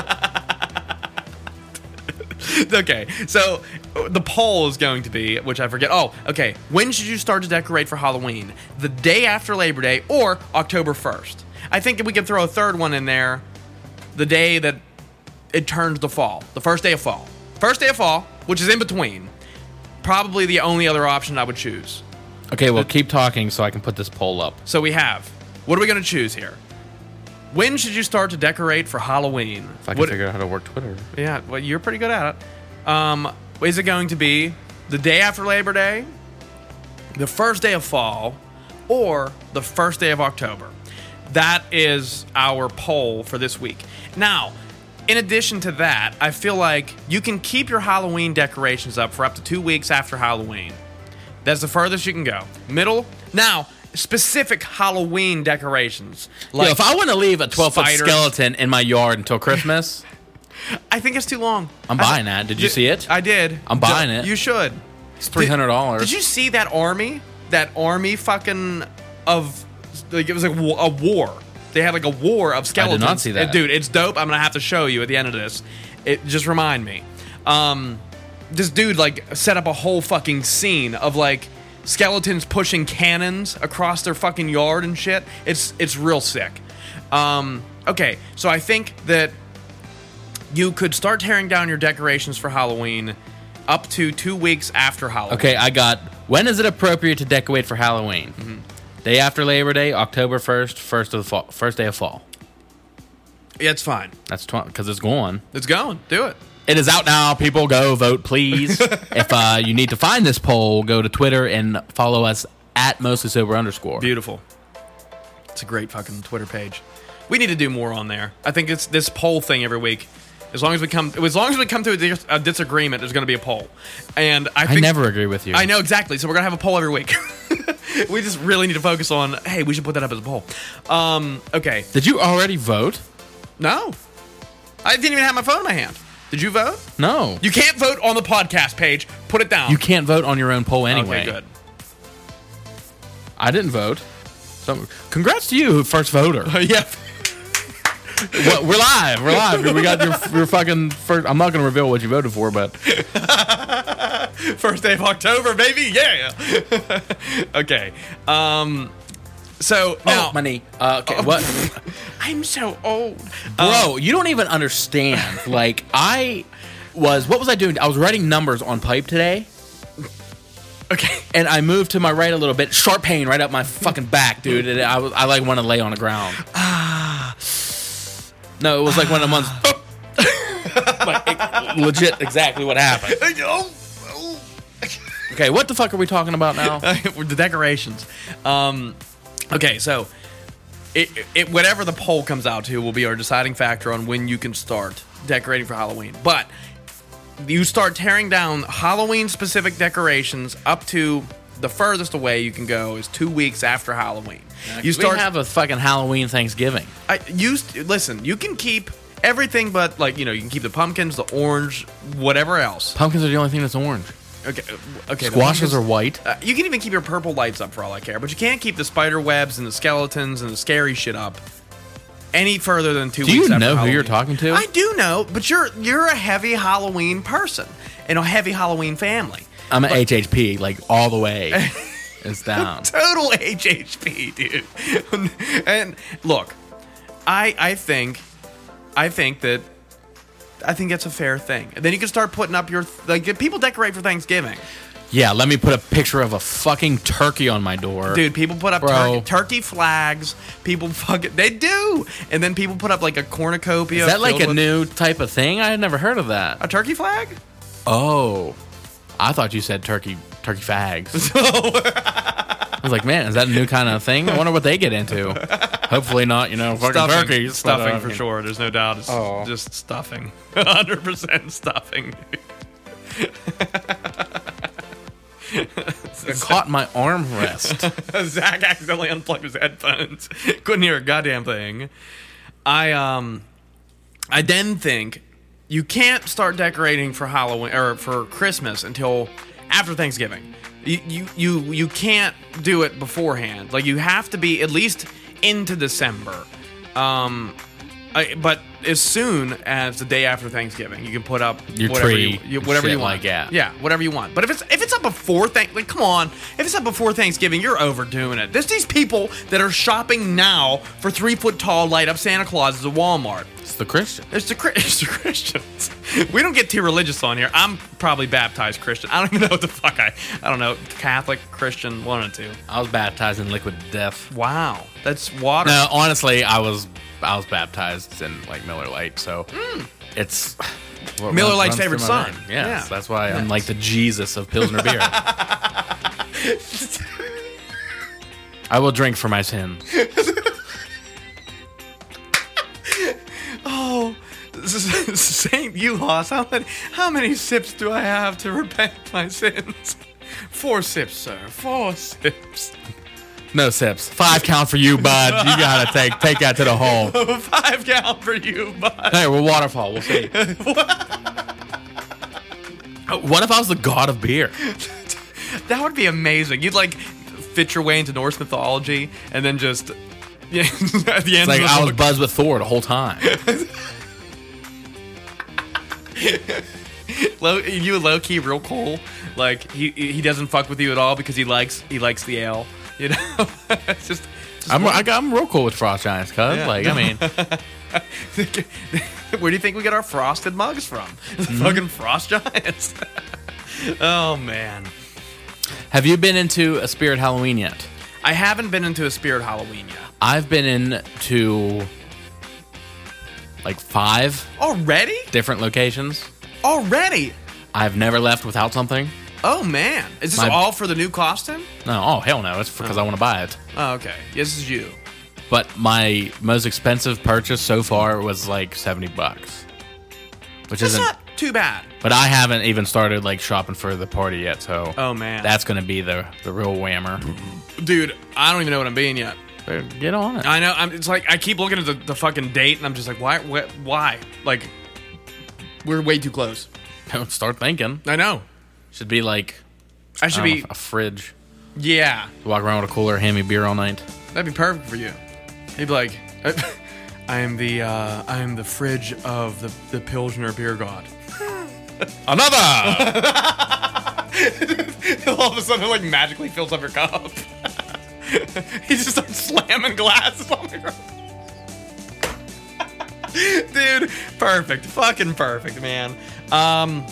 [SPEAKER 1] <laughs> okay, so uh, the poll is going to be, which I forget. Oh, okay. When should you start to decorate for Halloween? The day after Labor Day or October first? I think we can throw a third one in there. The day that it turns to fall, the first day of fall, first day of fall, which is in between. Probably the only other option I would choose.
[SPEAKER 2] Okay, well, keep talking so I can put this poll up.
[SPEAKER 1] So we have. What are we going to choose here? When should you start to decorate for Halloween?
[SPEAKER 2] If I can
[SPEAKER 1] What-
[SPEAKER 2] figure out how to work Twitter.
[SPEAKER 1] yeah, well, you're pretty good at it. Um, is it going to be the day after Labor Day, the first day of fall, or the first day of October? That is our poll for this week. Now, in addition to that, I feel like you can keep your Halloween decorations up for up to two weeks after Halloween. That's the furthest you can go. Middle. Now, specific Halloween decorations.
[SPEAKER 2] Yo, if I want to leave a 12 foot
[SPEAKER 1] spiders.
[SPEAKER 2] skeleton in my yard <laughs> until Christmas,
[SPEAKER 1] I think it's too long.
[SPEAKER 2] I'm
[SPEAKER 1] I-
[SPEAKER 2] buying that. Did you see it?
[SPEAKER 1] I did.
[SPEAKER 2] I'm buying
[SPEAKER 1] D-
[SPEAKER 2] it.
[SPEAKER 1] You should.
[SPEAKER 2] it's $300.
[SPEAKER 1] Did you see that army? That army fucking of like it was like wa- a war. They had like a war of
[SPEAKER 2] not
[SPEAKER 1] skeletons.
[SPEAKER 2] see
[SPEAKER 1] And
[SPEAKER 2] that.
[SPEAKER 1] dude. It's dope. I'm gonna have to show you at the end of this. It just remind me. Um, this dude like set up a whole fucking scene of like skeletons pushing cannons across their fucking yard and shit. It's it's real sick. Um, okay, so I think that you could start tearing down your decorations for Halloween up to two weeks after Halloween.
[SPEAKER 2] Okay, I got. When is it appropriate to decorate for Halloween? Day after Labor Day, October first, first of the fall, first day of fall.
[SPEAKER 1] it's fine.
[SPEAKER 2] That's because it's gone.
[SPEAKER 1] It's going. Do it.
[SPEAKER 2] It is out now. People go vote, <laughs> please. if uh, you need to find this poll, go to Twitter and follow us at mostly sober underscore.
[SPEAKER 1] Beautiful. It's a great fucking Twitter page. We need to do more on there. I think it's this poll thing every week. As long as we come, as long as we come to a, dis- a disagreement, there's going to be a poll. And I,
[SPEAKER 2] I
[SPEAKER 1] think,
[SPEAKER 2] never agree with you.
[SPEAKER 1] I know exactly. So we're gonna have a poll every week. <laughs> we just really need to focus on. Hey, we should put that up as a poll. Um. Okay.
[SPEAKER 2] Did you already vote?
[SPEAKER 1] No, I didn't even have my phone in my hand. Did you vote?
[SPEAKER 2] No.
[SPEAKER 1] You can't vote on the podcast page. Put it down.
[SPEAKER 2] You can't vote on your own poll anyway.
[SPEAKER 1] Okay. Good.
[SPEAKER 2] I didn't vote. So, congrats to you, first voter.
[SPEAKER 1] <laughs> yeah.
[SPEAKER 2] <laughs> Well, we're live. We're live. We got your, your fucking first. I'm not going to reveal what you voted for, <laughs> but
[SPEAKER 1] First day of October, baby. Yeah. <laughs> okay. Um. So now
[SPEAKER 2] knee. Uh, okay, what? <laughs>
[SPEAKER 1] I'm so old.
[SPEAKER 2] Bro, you don't even understand. Like, I was, what was I doing? I was writing numbers on pipe today, <laughs>
[SPEAKER 1] Okay.
[SPEAKER 2] and I moved to my right a little bit. Sharp pain right up my fucking back, dude. And I was, I like want to lay on the ground. <sighs> No, it was like one of
[SPEAKER 1] <sighs>
[SPEAKER 2] the ones. Like, it- legit, exactly what happened.
[SPEAKER 1] <laughs> Oh, oh.
[SPEAKER 2] Okay, what the fuck are we talking about now?
[SPEAKER 1] the decorations. Um. Okay. So. It, it, whatever the poll comes out to will be our deciding factor on when you can start decorating for Halloween. But you start tearing down Halloween specific decorations up to the furthest away you can go is two weeks after Halloween. <laughs> you
[SPEAKER 2] we have a fucking Halloween Thanksgiving.
[SPEAKER 1] I you st- listen. You can keep everything, but like you know, you can keep the pumpkins, the orange, whatever else.
[SPEAKER 2] Pumpkins are the only thing that's orange.
[SPEAKER 1] Okay, okay. the
[SPEAKER 2] Squashes
[SPEAKER 1] pumpkins-
[SPEAKER 2] are white.
[SPEAKER 1] Uh, you can even keep your purple lights up for all I care, but you can't keep the spider webs and the skeletons and the scary shit up any further than two.
[SPEAKER 2] Do
[SPEAKER 1] weeks
[SPEAKER 2] you
[SPEAKER 1] after
[SPEAKER 2] know who you're
[SPEAKER 1] Halloween.
[SPEAKER 2] talking to?
[SPEAKER 1] I do know, but you're you're a heavy Halloween person and a heavy Halloween family.
[SPEAKER 2] I'm an HHP, like all
[SPEAKER 1] <laughs>
[SPEAKER 2] the way. it's down.
[SPEAKER 1] total <laughs> HHP, dude. and look, I I think I think that I think that's a fair thing. And then you can start putting up your like people decorate for Thanksgiving,
[SPEAKER 2] Yeah, let me put a picture of a fucking turkey on my door.
[SPEAKER 1] dude. People put up
[SPEAKER 2] Bro.
[SPEAKER 1] turkey, turkey flags. People <laughs> fucking they do, and then people put up like a cornucopia.
[SPEAKER 2] Is that like
[SPEAKER 1] filled
[SPEAKER 2] a
[SPEAKER 1] with-
[SPEAKER 2] new type of thing? I had never heard of that.
[SPEAKER 1] a turkey flag?
[SPEAKER 2] Oh. I thought you said turkey
[SPEAKER 1] <laughs>
[SPEAKER 2] turkey fags. I was like, man, is that a new kind of thing? I wonder what they get into. Hopefully not, you know, fucking turkeys. but,
[SPEAKER 1] stuffing
[SPEAKER 2] uh,
[SPEAKER 1] for sure. There's no doubt. It's
[SPEAKER 2] Oh.
[SPEAKER 1] just stuffing, <laughs> hundred percent stuffing. dude.
[SPEAKER 2] It caught
[SPEAKER 1] <laughs>
[SPEAKER 2] my armrest.
[SPEAKER 1] Zach accidentally unplugged his headphones. <laughs> Couldn't hear a goddamn thing. I um I then think you can't start decorating for Halloween or for Christmas until after Thanksgiving. You you you, you can't do it beforehand. Like you have to be at least into December. Um I, but as soon as the day after Thanksgiving, you can put up
[SPEAKER 2] Your
[SPEAKER 1] whatever
[SPEAKER 2] tree,
[SPEAKER 1] you, you- whatever
[SPEAKER 2] shit
[SPEAKER 1] you want.
[SPEAKER 2] like that.
[SPEAKER 1] Yeah, whatever you want. But if it's if it's up before thank like come on, if it's up before Thanksgiving, you're overdoing it. There's these people that are shopping now for three foot tall light up Santa Clauses at Walmart.
[SPEAKER 2] It's the Christian.
[SPEAKER 1] There's the, Chri- <laughs> there's the Christians. We don't get too religious on here. I'm probably baptized Christian. I don't even know what the fuck I I don't know Catholic Christian one or two.
[SPEAKER 2] I was baptized in liquid death.
[SPEAKER 1] Wow, that's water.
[SPEAKER 2] No, honestly, I was I was baptized in like Miller Lite, so it's what
[SPEAKER 1] Hmm. Miller
[SPEAKER 2] runs-
[SPEAKER 1] Lite's
[SPEAKER 2] runs
[SPEAKER 1] favorite
[SPEAKER 2] through my
[SPEAKER 1] son.
[SPEAKER 2] veins.
[SPEAKER 1] Yeah.
[SPEAKER 2] Yes, that's why I'm like the Jesus of
[SPEAKER 1] <laughs>
[SPEAKER 2] Pilsner beer. I will drink for my sin.
[SPEAKER 1] <laughs> Saint Eulos, how many, how many sips do I have to repent my sins? Four sips, sir. Four sips. <laughs>
[SPEAKER 2] No sips. Five count for you, bud. You gotta take take that to the hole.
[SPEAKER 1] Five gallon for you,
[SPEAKER 2] <laughs>
[SPEAKER 1] bud.
[SPEAKER 2] Hey, we're waterfall. We'll see. <laughs> what if I was the god of beer?
[SPEAKER 1] That would be amazing. You'd like fit your way into Norse mythology, and then just <laughs> yeah, at the end.
[SPEAKER 2] It's like
[SPEAKER 1] of the
[SPEAKER 2] I was
[SPEAKER 1] book-
[SPEAKER 2] buzzed with Thor the whole time.
[SPEAKER 1] low, you low key real cool. Like he he doesn't fuck with you at all because he likes he likes the L. You know, <laughs> it's just
[SPEAKER 2] I'm I, am real cool with frost giants, cuz
[SPEAKER 1] Yeah.
[SPEAKER 2] like I <laughs> mean,
[SPEAKER 1] <laughs> Where do you think we get our frosted mugs from? <laughs> The
[SPEAKER 2] Mm-hmm.
[SPEAKER 1] fucking frost giants. <laughs> oh man,
[SPEAKER 2] have you been into a spirit Halloween yet?
[SPEAKER 1] I haven't been into a spirit Halloween yet.
[SPEAKER 2] I've been into like five
[SPEAKER 1] Already?
[SPEAKER 2] different locations.
[SPEAKER 1] Already?
[SPEAKER 2] I've never left without something.
[SPEAKER 1] Oh man, is this
[SPEAKER 2] My-
[SPEAKER 1] all for the new costume?
[SPEAKER 2] No, oh hell no, it's because I want to buy it.
[SPEAKER 1] Oh, okay, this is you.
[SPEAKER 2] But my most expensive purchase so far was like seventy bucks, which
[SPEAKER 1] That's
[SPEAKER 2] isn't.
[SPEAKER 1] not too bad.
[SPEAKER 2] but I haven't even started like shopping for the party yet, so
[SPEAKER 1] Oh man,
[SPEAKER 2] that's gonna be the the real whammer.
[SPEAKER 1] dude. I don't even know what I'm being yet.
[SPEAKER 2] But Uh, Get on it.
[SPEAKER 1] I know. I'm, it's like I keep looking at the, the fucking date, and I'm just like, why? Why? why? Like, we're way too close.
[SPEAKER 2] <laughs> Don't start thinking.
[SPEAKER 1] I know.
[SPEAKER 2] Should be like
[SPEAKER 1] I should
[SPEAKER 2] I don't
[SPEAKER 1] be.
[SPEAKER 2] know, a fridge.
[SPEAKER 1] Yeah,
[SPEAKER 2] Walk around with a cooler, hand me beer all night.
[SPEAKER 1] that'd be perfect for you. He'd be like, <laughs> I am the uh, I am the fridge of the the Pilsner beer god.
[SPEAKER 2] <laughs> Another.
[SPEAKER 1] <laughs> All of a sudden, it like magically fills up your cup. <laughs> he just starts slamming glasses on the ground. <laughs> Dude, perfect. Fucking perfect, man. Um,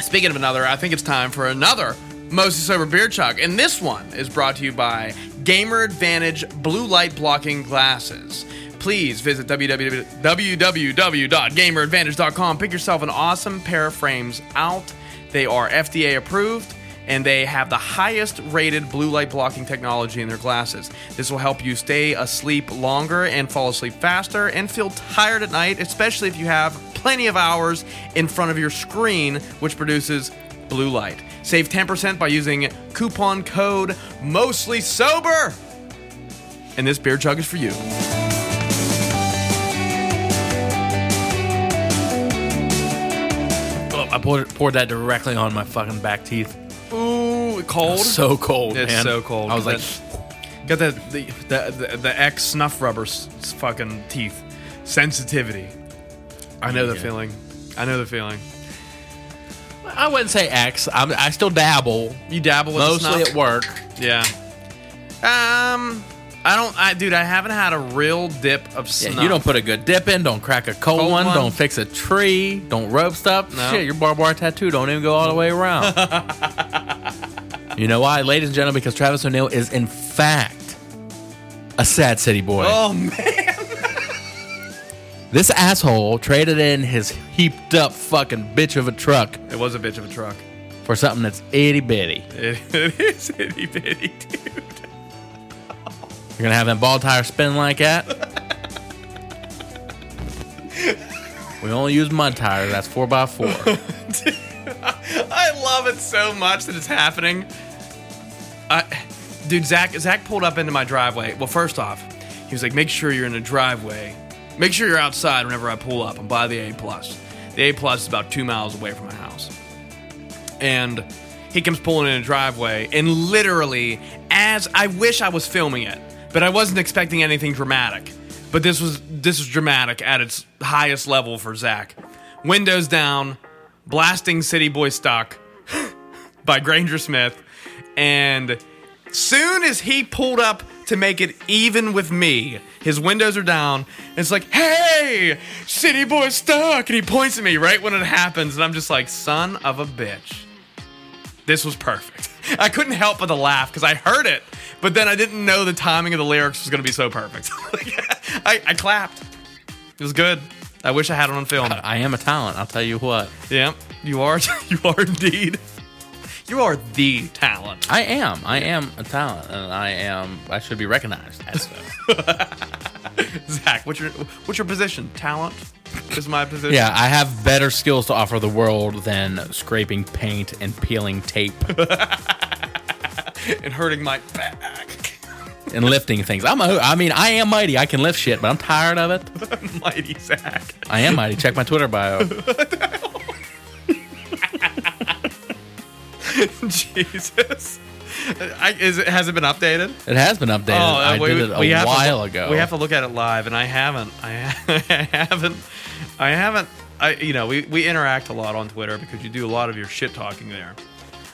[SPEAKER 1] speaking of another, I think it's time for another Mostly Sober Beer Chug. And this one is brought to you by Gamer Advantage Blue Light Blocking Glasses. Please visit www.gameradvantage.com. Pick yourself an awesome pair of frames out. They are FDA approved and they have the highest rated blue light blocking technology in their glasses. This will help you stay asleep longer and fall asleep faster and feel tired at night, especially if you have plenty of hours in front of your screen, which produces blue light. Save 10% by using coupon code mostly sober. And this beer jug is for you.
[SPEAKER 2] Oh, I poured, poured that directly on my fucking back teeth.
[SPEAKER 1] Ooh, cold.
[SPEAKER 2] So cold,
[SPEAKER 1] It's
[SPEAKER 2] man.
[SPEAKER 1] so cold.
[SPEAKER 2] I was like,
[SPEAKER 1] like, got the the the, the, the ex snuff rubber s- s- fucking teeth sensitivity. I know the
[SPEAKER 2] Yeah.
[SPEAKER 1] feeling. I know the feeling.
[SPEAKER 2] I wouldn't say X. I'm, I still dabble,
[SPEAKER 1] You dabble with the
[SPEAKER 2] mostly
[SPEAKER 1] snuff?
[SPEAKER 2] at work.
[SPEAKER 1] Yeah. Um, I don't. I dude, I haven't had a real dip of
[SPEAKER 2] Yeah,
[SPEAKER 1] snuff.
[SPEAKER 2] you don't put a good dip in. Don't crack a cold,
[SPEAKER 1] Cold
[SPEAKER 2] one,
[SPEAKER 1] one.
[SPEAKER 2] Don't fix a tree. Don't rope stuff.
[SPEAKER 1] No.
[SPEAKER 2] Shit, your barbed wire tattoo don't even go all the way around.
[SPEAKER 1] <laughs>
[SPEAKER 2] you know why, ladies and gentlemen? Because Travis O'Neill is in fact a sad city boy.
[SPEAKER 1] Oh man.
[SPEAKER 2] <laughs> This asshole traded in his heaped up fucking bitch of a truck
[SPEAKER 1] It was a bitch of a truck. <laughs>
[SPEAKER 2] for something that's itty bitty.
[SPEAKER 1] It, it is itty bitty, dude.
[SPEAKER 2] You're gonna have that ball tire spin
[SPEAKER 1] <laughs>
[SPEAKER 2] like that. we only use mud tires. That's four by four.
[SPEAKER 1] <laughs> I love it so much that it's happening. I, dude, Zach, Zach pulled up into my driveway. Well, first off, he was like, "Make sure you're in the driveway. Make sure you're outside whenever I pull up. I'm by the A plus. The A plus is about two miles away from my house." And he comes pulling in a driveway, and literally, as I wish I was filming it, but I wasn't expecting anything dramatic. But this was this was dramatic at its highest level for Zach. Windows down, blasting City Boy stock by Granger Smith. And soon as he pulled up to make it even with me, his windows are down. And it's like, hey, City Boy Stock. And he points at me right when it happens. And I'm just like, son of a bitch. This was perfect. <laughs> I couldn't help but to laugh because I heard it, but then I didn't know the timing of the lyrics was going to be so perfect. <laughs> I, I clapped. It was good. I wish I had it on film.
[SPEAKER 2] I am a talent. I'll tell you what.
[SPEAKER 1] Yeah, you are. <laughs> You are indeed. You are the talent.
[SPEAKER 2] I am. I am a talent, and I am. I should be recognized as such.
[SPEAKER 1] Zach, what's your what's your position? Talent is my position.
[SPEAKER 2] <laughs> yeah, I have better skills to offer the world than scraping paint and peeling <laughs> tape
[SPEAKER 1] and hurting my back. <laughs>
[SPEAKER 2] and lifting things. I'm. A, I mean, I am mighty. I can lift shit, but I'm tired of it.
[SPEAKER 1] Mighty Zach. <laughs>
[SPEAKER 2] I am mighty. Check my Twitter bio.
[SPEAKER 1] Jesus. I, is it, has it been updated? Oh, uh,
[SPEAKER 2] It has been updated. I
[SPEAKER 1] we-
[SPEAKER 2] did it a
[SPEAKER 1] we have to
[SPEAKER 2] while
[SPEAKER 1] look-
[SPEAKER 2] ago.
[SPEAKER 1] We have to look at it live, and I haven't. I, <laughs> haven't. I haven't. I you know we, we interact a lot on Twitter because you do a lot of your shit talking there.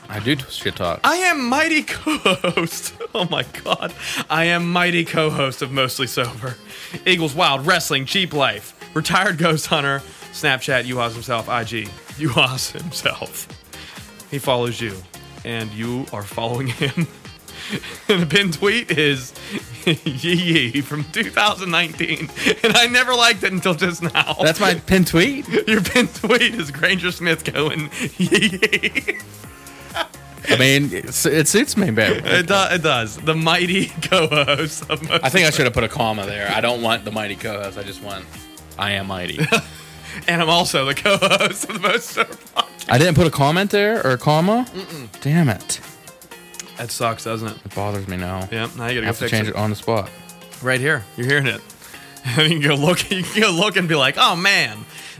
[SPEAKER 2] I do shit talk.
[SPEAKER 1] I am mighty co-host. <laughs> Oh my god, I am mighty co-host of Mostly Sober, Eagles Wild Wrestling, Cheap Life, Retired Ghost Hunter, Snapchat, Uhas himself, IG, Uhas himself. He follows you, and you are following him. <laughs> and the pin tweet is <laughs> Yee Yee from 2019, and I never liked it until just now.
[SPEAKER 2] That's my pin tweet.
[SPEAKER 1] <laughs> your pin tweet is Granger Smith going Yee Yee.
[SPEAKER 2] I <laughs> mean, it, su- it suits me better.
[SPEAKER 1] It, do- it does. The mighty <laughs> co-host. Of most-
[SPEAKER 2] I think I should have put a comma there. I don't want the mighty co-host. I just want I am mighty.
[SPEAKER 1] and I'm also the co-host of the most <laughs> sober podcast.
[SPEAKER 2] I didn't put a comment there or a comma. Damn it!
[SPEAKER 1] That sucks, doesn't it?
[SPEAKER 2] It bothers me now.
[SPEAKER 1] Yeah. Now you gotta
[SPEAKER 2] I
[SPEAKER 1] go
[SPEAKER 2] have to
[SPEAKER 1] fix
[SPEAKER 2] change
[SPEAKER 1] it.
[SPEAKER 2] it on the spot.
[SPEAKER 1] right here. You're hearing it. <laughs> And you can go look. You can go look and be like, oh man,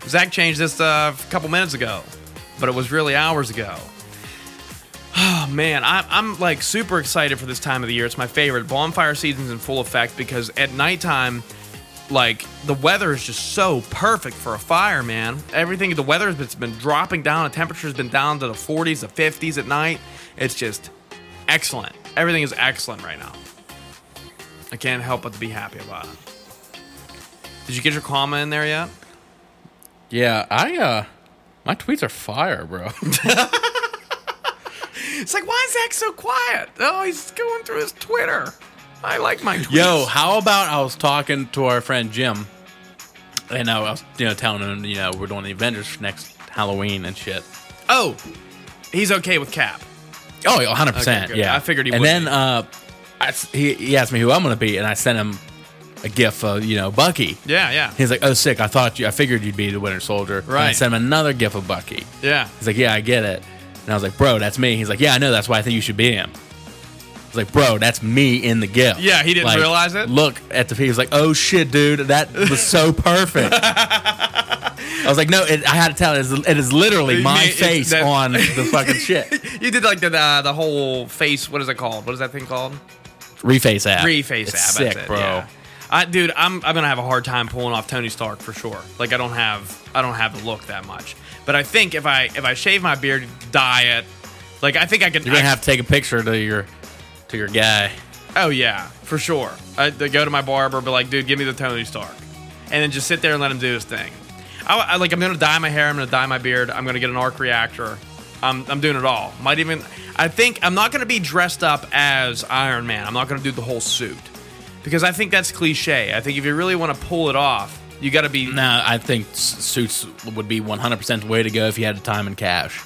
[SPEAKER 1] Zach changed this uh, a couple minutes ago, but it was really hours ago. <sighs> Oh man, I, I'm like super excited for this time of the year. It's my favorite. Bonfire season's in full effect because at nighttime. like the weather is just so perfect for a fire, man. Everything the weather has been dropping down, the temperature's been down to the 40s, the 50s at night. It's just excellent. Everything is excellent right now. I can't help but to be happy about it. Did you get your comma in there yet?
[SPEAKER 2] Yeah, I uh, my tweets are fire, <laughs> bro.
[SPEAKER 1] It's like, why is Zach so quiet? Oh, he's going through his Twitter. I like my tweets.
[SPEAKER 2] Yo, how about I was talking to our friend Jim, and I was you know telling him you know we're doing the Avengers for next Halloween and shit.
[SPEAKER 1] oh, he's okay with Cap.
[SPEAKER 2] Oh, 100
[SPEAKER 1] Okay,
[SPEAKER 2] percent.
[SPEAKER 1] good.
[SPEAKER 2] Yeah,
[SPEAKER 1] I figured he
[SPEAKER 2] And
[SPEAKER 1] would
[SPEAKER 2] then
[SPEAKER 1] be.
[SPEAKER 2] uh, I s he, he asked me who I'm gonna be, and I sent him a gif of you know Bucky.
[SPEAKER 1] Yeah, yeah,
[SPEAKER 2] He's like, "Oh, sick! I thought you. I figured you'd be the Winter Soldier." And I
[SPEAKER 1] Right.
[SPEAKER 2] sent him another gif of Bucky.
[SPEAKER 1] yeah.
[SPEAKER 2] He's like, "Yeah, I get it." And I was like, "Bro, that's me." He's like, "Yeah, I know. That's why I think you should be him." He's like, "Bro, that's me in the gif."
[SPEAKER 1] Yeah, he didn't
[SPEAKER 2] Like,
[SPEAKER 1] realize it?
[SPEAKER 2] Look at the. He was like, "Oh shit, dude, that was
[SPEAKER 1] <laughs>
[SPEAKER 2] so perfect." I was like, "No, it, I had to tell. It is, it is literally
[SPEAKER 1] It
[SPEAKER 2] my
[SPEAKER 1] ma- it's
[SPEAKER 2] face
[SPEAKER 1] that- <laughs>
[SPEAKER 2] on the fucking shit."
[SPEAKER 1] You did like the uh, the whole face. What is it called? What is that thing called?
[SPEAKER 2] Reface app.
[SPEAKER 1] Three face
[SPEAKER 2] It's
[SPEAKER 1] app.
[SPEAKER 2] Sick,
[SPEAKER 1] that's it,
[SPEAKER 2] bro.
[SPEAKER 1] yeah. I, dude, I'm, I'm gonna have a hard time pulling off Tony Stark for sure. Like I don't have I don't have the look that much. But I think if I if I shave my beard, dye it, like I think I can.
[SPEAKER 2] You're gonna
[SPEAKER 1] I-
[SPEAKER 2] have to take a picture to your to your guy.
[SPEAKER 1] Oh yeah, for sure. I I'd go to my barber, be like, dude, give me the Tony Stark, and then just sit there and let him do his thing. I, I- like I'm gonna dye my hair, I'm gonna dye my beard, I'm gonna get an arc reactor. I'm, I'm doing it all. Might even I think I'm not gonna be dressed up as Iron Man. I'm not gonna do the whole suit because I think that's cliche. I think if you really want to pull it off, you got to be
[SPEAKER 2] Now, I think s- suits would be 100% the way to go if you had the time and cash.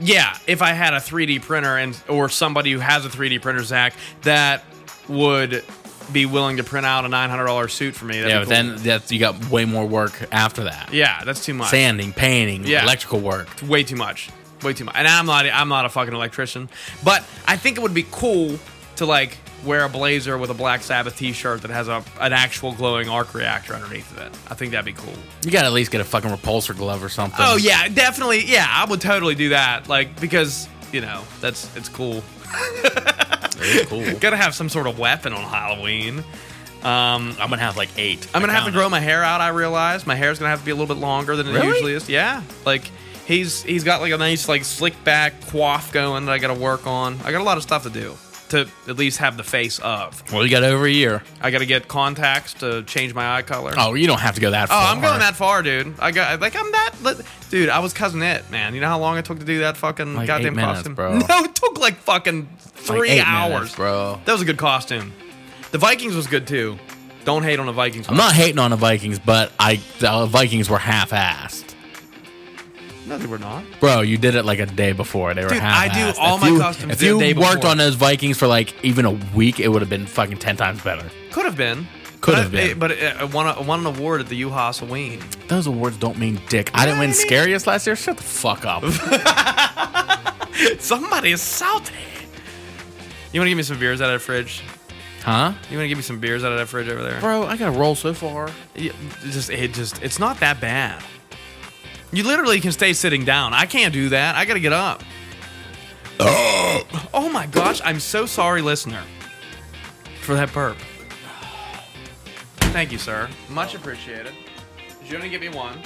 [SPEAKER 1] Yeah, if I had a 3D printer and or somebody who has a 3D printer, Zach, that would be willing to print out a nine hundred dollar suit for me. That'd
[SPEAKER 2] yeah,
[SPEAKER 1] be
[SPEAKER 2] but
[SPEAKER 1] cool.
[SPEAKER 2] then that's, you got way more work after that.
[SPEAKER 1] yeah, that's too much.
[SPEAKER 2] Sanding, painting,
[SPEAKER 1] Yeah.
[SPEAKER 2] electrical work.
[SPEAKER 1] Way too much. Way too much. And I'm not I'm not a fucking electrician, but I think it would be cool to like wear a blazer with a Black Sabbath T-shirt that has a an actual glowing arc reactor underneath of it. I think that'd be cool.
[SPEAKER 2] You got to at least get a fucking repulsor glove or something.
[SPEAKER 1] Oh yeah, definitely. Yeah, I would totally do that. Like because you know that's it's cool.
[SPEAKER 2] cool.
[SPEAKER 1] <laughs> Gotta have some sort of weapon on Halloween. Um,
[SPEAKER 2] I'm gonna have like eight.
[SPEAKER 1] I'm gonna
[SPEAKER 2] I
[SPEAKER 1] have to
[SPEAKER 2] counted.
[SPEAKER 1] grow my hair out. I realize my hair's gonna have to be a little bit longer than it
[SPEAKER 2] Really?
[SPEAKER 1] usually is. Yeah, like he's he's got like a nice like slick back quaff going that I gotta work on. I got a lot of stuff to do to at least have the face of.
[SPEAKER 2] Well, you got over a year.
[SPEAKER 1] I gotta get contacts to change my eye color.
[SPEAKER 2] Oh, you don't have to go that
[SPEAKER 1] Oh,
[SPEAKER 2] far.
[SPEAKER 1] I'm going that far, dude. I got like I'm that li- dude. I was cousin it, man. You know how long it took to do that fucking
[SPEAKER 2] Like
[SPEAKER 1] goddamn
[SPEAKER 2] eight minutes,
[SPEAKER 1] costume,
[SPEAKER 2] bro.
[SPEAKER 1] <laughs> No, it took like fucking
[SPEAKER 2] Like
[SPEAKER 1] three
[SPEAKER 2] eight
[SPEAKER 1] hours,
[SPEAKER 2] minutes, bro.
[SPEAKER 1] That was a good costume. The Vikings was good too. Don't hate on the Vikings.
[SPEAKER 2] I'm not hating on the Vikings, but I the Vikings were half-assed.
[SPEAKER 1] No, they were not.
[SPEAKER 2] Bro, you did it like a day before. They were
[SPEAKER 1] Dude, I
[SPEAKER 2] half-assed.
[SPEAKER 1] do all
[SPEAKER 2] If
[SPEAKER 1] my
[SPEAKER 2] you-
[SPEAKER 1] costumes
[SPEAKER 2] If
[SPEAKER 1] the
[SPEAKER 2] you
[SPEAKER 1] day before.
[SPEAKER 2] worked on those Vikings for like even a week, it would have been fucking ten times better.
[SPEAKER 1] Could have been.
[SPEAKER 2] Could
[SPEAKER 1] But
[SPEAKER 2] have
[SPEAKER 1] I-
[SPEAKER 2] been.
[SPEAKER 1] eh, But it, I won, a, I won an award at the U-Haas Halloween.
[SPEAKER 2] Those awards don't mean dick. I didn't win scariest last year. Shut the
[SPEAKER 1] <laughs>
[SPEAKER 2] fuck up.
[SPEAKER 1] Somebody is salty. You want to give me some beers out of that fridge?
[SPEAKER 2] huh?
[SPEAKER 1] You want to give me some beers out of that fridge over there?
[SPEAKER 2] Bro, I got to roll so far.
[SPEAKER 1] Yeah, it just it just it's not that bad.
[SPEAKER 2] <gasps>
[SPEAKER 1] You literally can stay sitting down. I can't do that. I gotta get up. Oh, Oh my gosh, I'm so sorry, listener, for that burp. Thank you, sir. Much appreciated. Did you only give me one?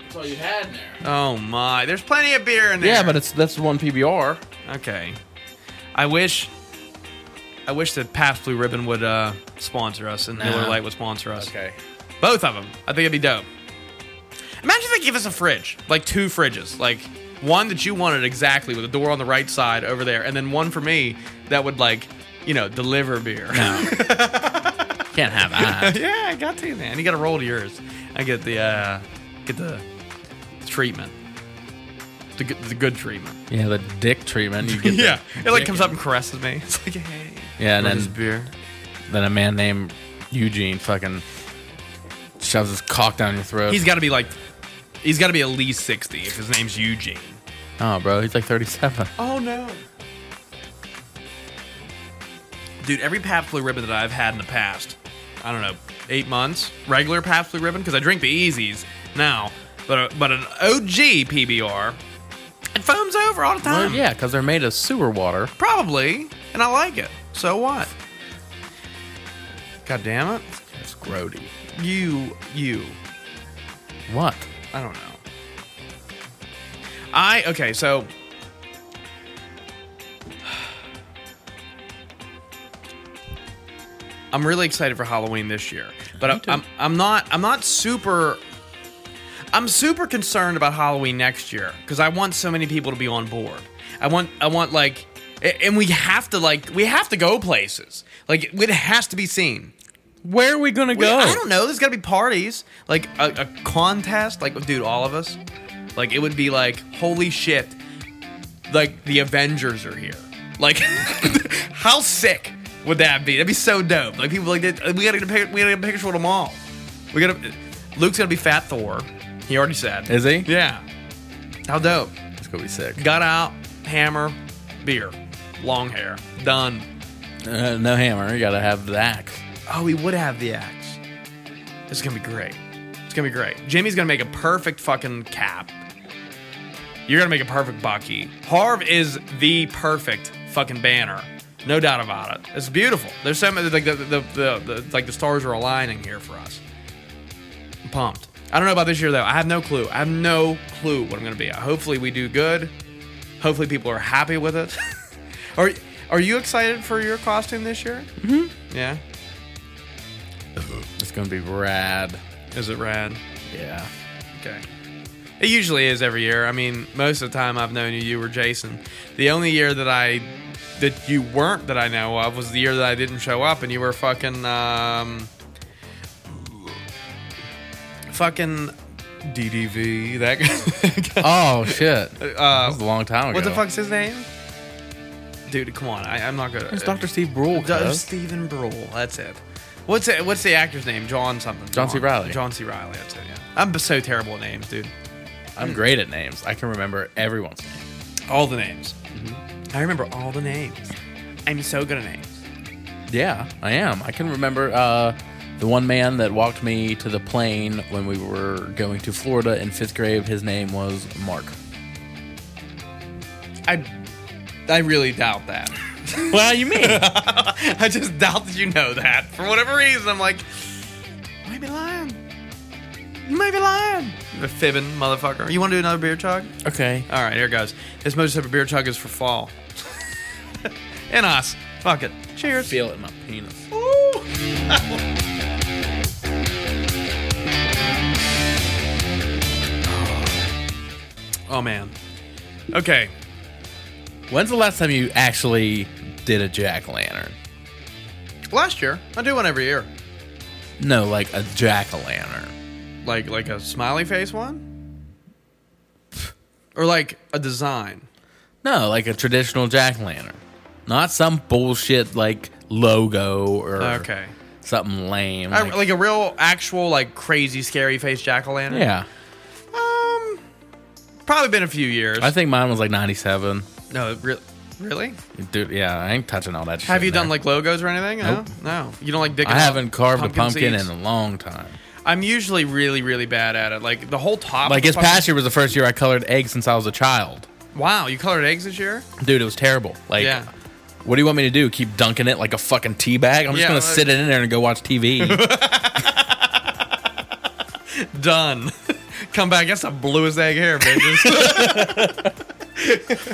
[SPEAKER 2] That's all you had in there.
[SPEAKER 1] Oh my, there's plenty of beer in there.
[SPEAKER 2] Yeah, but it's that's one PBR.
[SPEAKER 1] okay. I wish, I wish that Pabst Blue Ribbon would uh, sponsor us and Miller
[SPEAKER 2] Nah.
[SPEAKER 1] Lite would sponsor us. Both of them. I think it'd be dope. Imagine if they give us a fridge, like two fridges, like one that you wanted exactly with a door on the right side over there, and then one for me that would like, you know, deliver beer.
[SPEAKER 2] Can't have that.
[SPEAKER 1] <laughs> yeah, I got to man. You got to roll to yours. I get the uh, get the treatment, the good, the good treatment.
[SPEAKER 2] yeah, the dick treatment. You get the-
[SPEAKER 1] Yeah, it like comes up and caresses me. <laughs> It's like, hey,
[SPEAKER 2] Yeah, and <laughs>
[SPEAKER 1] want this
[SPEAKER 2] then
[SPEAKER 1] beer.
[SPEAKER 2] then a man named Eugene fucking shoves his cock down your throat.
[SPEAKER 1] He's got to be like, he's got to be at least sixty if his name's Eugene.
[SPEAKER 2] oh, bro, he's like <gasps> 37.
[SPEAKER 1] Oh no. Dude, every Pabst Blue Ribbon that I've had in the past, I don't know, eight months, regular Pabst Blue Ribbon, because I drink the Easies now, but uh, but an OG PBR, it foams over all the time.
[SPEAKER 2] Well, yeah, because they're made of sewer water.
[SPEAKER 1] Probably, and I like it. So what? God damn it.
[SPEAKER 2] It's grody.
[SPEAKER 1] You, you.
[SPEAKER 2] What?
[SPEAKER 1] I don't know. I okay, so <sighs> I'm really excited for Halloween this year, but I'm, I'm I'm not I'm not super I'm super concerned about Halloween next year because I want so many people to be on board. I want I want like a- and we have to like we have to go places like it has to be seen
[SPEAKER 2] Where are we gonna
[SPEAKER 1] we-
[SPEAKER 2] go?
[SPEAKER 1] I don't know. There's got to be parties, like a, a contest. Like, dude, all of us. Like, it would be like, holy shit! Like the Avengers are here. Like, <laughs> how sick would that be? That'd be so dope. Like people like that. We gotta get a pic- we gotta get a picture with them all. We gotta. Luke's gonna be Fat Thor. He already said.
[SPEAKER 2] Is he?
[SPEAKER 1] Yeah. How dope.
[SPEAKER 2] It's gonna be sick.
[SPEAKER 1] Got out, hammer, beer, long hair, done.
[SPEAKER 2] Uh, no hammer. You gotta have the axe.
[SPEAKER 1] Oh, he would have the axe. This is gonna be great. It's gonna be great. Jimmy's gonna make a perfect fucking cap. You're gonna make a perfect Bucky. Harv is the perfect fucking banner. No doubt about it. It's beautiful. There's so many like the, the, the, the like the stars are aligning here for us. I'm pumped. I don't know about this year though. I have no clue. I have no clue what I'm gonna be. Hopefully we do good. Hopefully people are happy with it. <laughs> are are you excited for your costume this year? Mm-hmm. Yeah.
[SPEAKER 2] It's gonna be rad.
[SPEAKER 1] Is it rad?
[SPEAKER 2] Yeah.
[SPEAKER 1] Okay. It usually is every year. I mean, most of the time I've known you, you were Jason. The only year that I that you weren't that I know of was the year that I didn't show up and you were fucking um fucking DDV that <laughs> guy.
[SPEAKER 2] <laughs> Oh shit. that
[SPEAKER 1] uh
[SPEAKER 2] was a long time ago.
[SPEAKER 1] what the fuck's his name? Dude, come on. I, I'm not good.
[SPEAKER 2] It's Dr. Steve Brule.
[SPEAKER 1] Doug
[SPEAKER 2] cuz.
[SPEAKER 1] Stephen Brule. That's it. What's it, What's the actor's name? John something.
[SPEAKER 2] John C. Reilly.
[SPEAKER 1] John C. Riley. That's it. Yeah. I'm so terrible at names, dude.
[SPEAKER 2] I'm great at names. I can remember everyone's name.
[SPEAKER 1] All the names. I remember all the names. I'm so good at names.
[SPEAKER 2] Yeah, I am. I can remember uh, the one man that walked me to the plane when we were going to Florida in fifth grade. His name was Mark.
[SPEAKER 1] I, I really doubt that. <laughs>
[SPEAKER 2] Well, you mean?
[SPEAKER 1] I just doubt that you know that. For whatever reason, I'm like, you might be lying. You might be lying. You're a fibbing motherfucker. You want to do another beer chug?
[SPEAKER 2] <laughs> okay.
[SPEAKER 1] All right, here it goes. This most type of beer chug is for <laughs> fall. and us. Fuck it.
[SPEAKER 2] Cheers. Feel it in my penis.
[SPEAKER 1] <laughs> Oh man. Okay.
[SPEAKER 2] When's the last time you actually did a jack o' lantern?
[SPEAKER 1] Last year, I do one every year.
[SPEAKER 2] No, like a jack o' lantern.
[SPEAKER 1] Like like a smiley face one? Or like a design.
[SPEAKER 2] No, like a traditional jack o' lantern. Not some bullshit like logo or
[SPEAKER 1] Okay.
[SPEAKER 2] something lame.
[SPEAKER 1] I-
[SPEAKER 2] like-
[SPEAKER 1] like a real actual like crazy scary face jack-o'-lantern.
[SPEAKER 2] yeah.
[SPEAKER 1] Um probably been a few years.
[SPEAKER 2] I think mine was like 97.
[SPEAKER 1] no, it re- really?
[SPEAKER 2] Dude, yeah, I ain't touching all that shit.
[SPEAKER 1] Have you
[SPEAKER 2] in there.
[SPEAKER 1] done like logos or anything? No.
[SPEAKER 2] Nope.
[SPEAKER 1] No. You don't like digging
[SPEAKER 2] I
[SPEAKER 1] out
[SPEAKER 2] haven't carved a pumpkin
[SPEAKER 1] seeds?
[SPEAKER 2] in a long time.
[SPEAKER 1] I'm usually really, really bad at it. Like the whole top.
[SPEAKER 2] Like
[SPEAKER 1] of
[SPEAKER 2] this
[SPEAKER 1] the fucking-
[SPEAKER 2] past year was the first year I colored eggs since I was a child.
[SPEAKER 1] Wow, you colored eggs this year?
[SPEAKER 2] Dude, it was terrible. Like,
[SPEAKER 1] Yeah.
[SPEAKER 2] what do you want me to do? Keep dunking it like a fucking tea bag? I'm just
[SPEAKER 1] Yeah,
[SPEAKER 2] gonna
[SPEAKER 1] like-
[SPEAKER 2] sit it in there and go watch TV.
[SPEAKER 1] Done. <laughs> Come back. That's the bluest egg here, bitches. <laughs>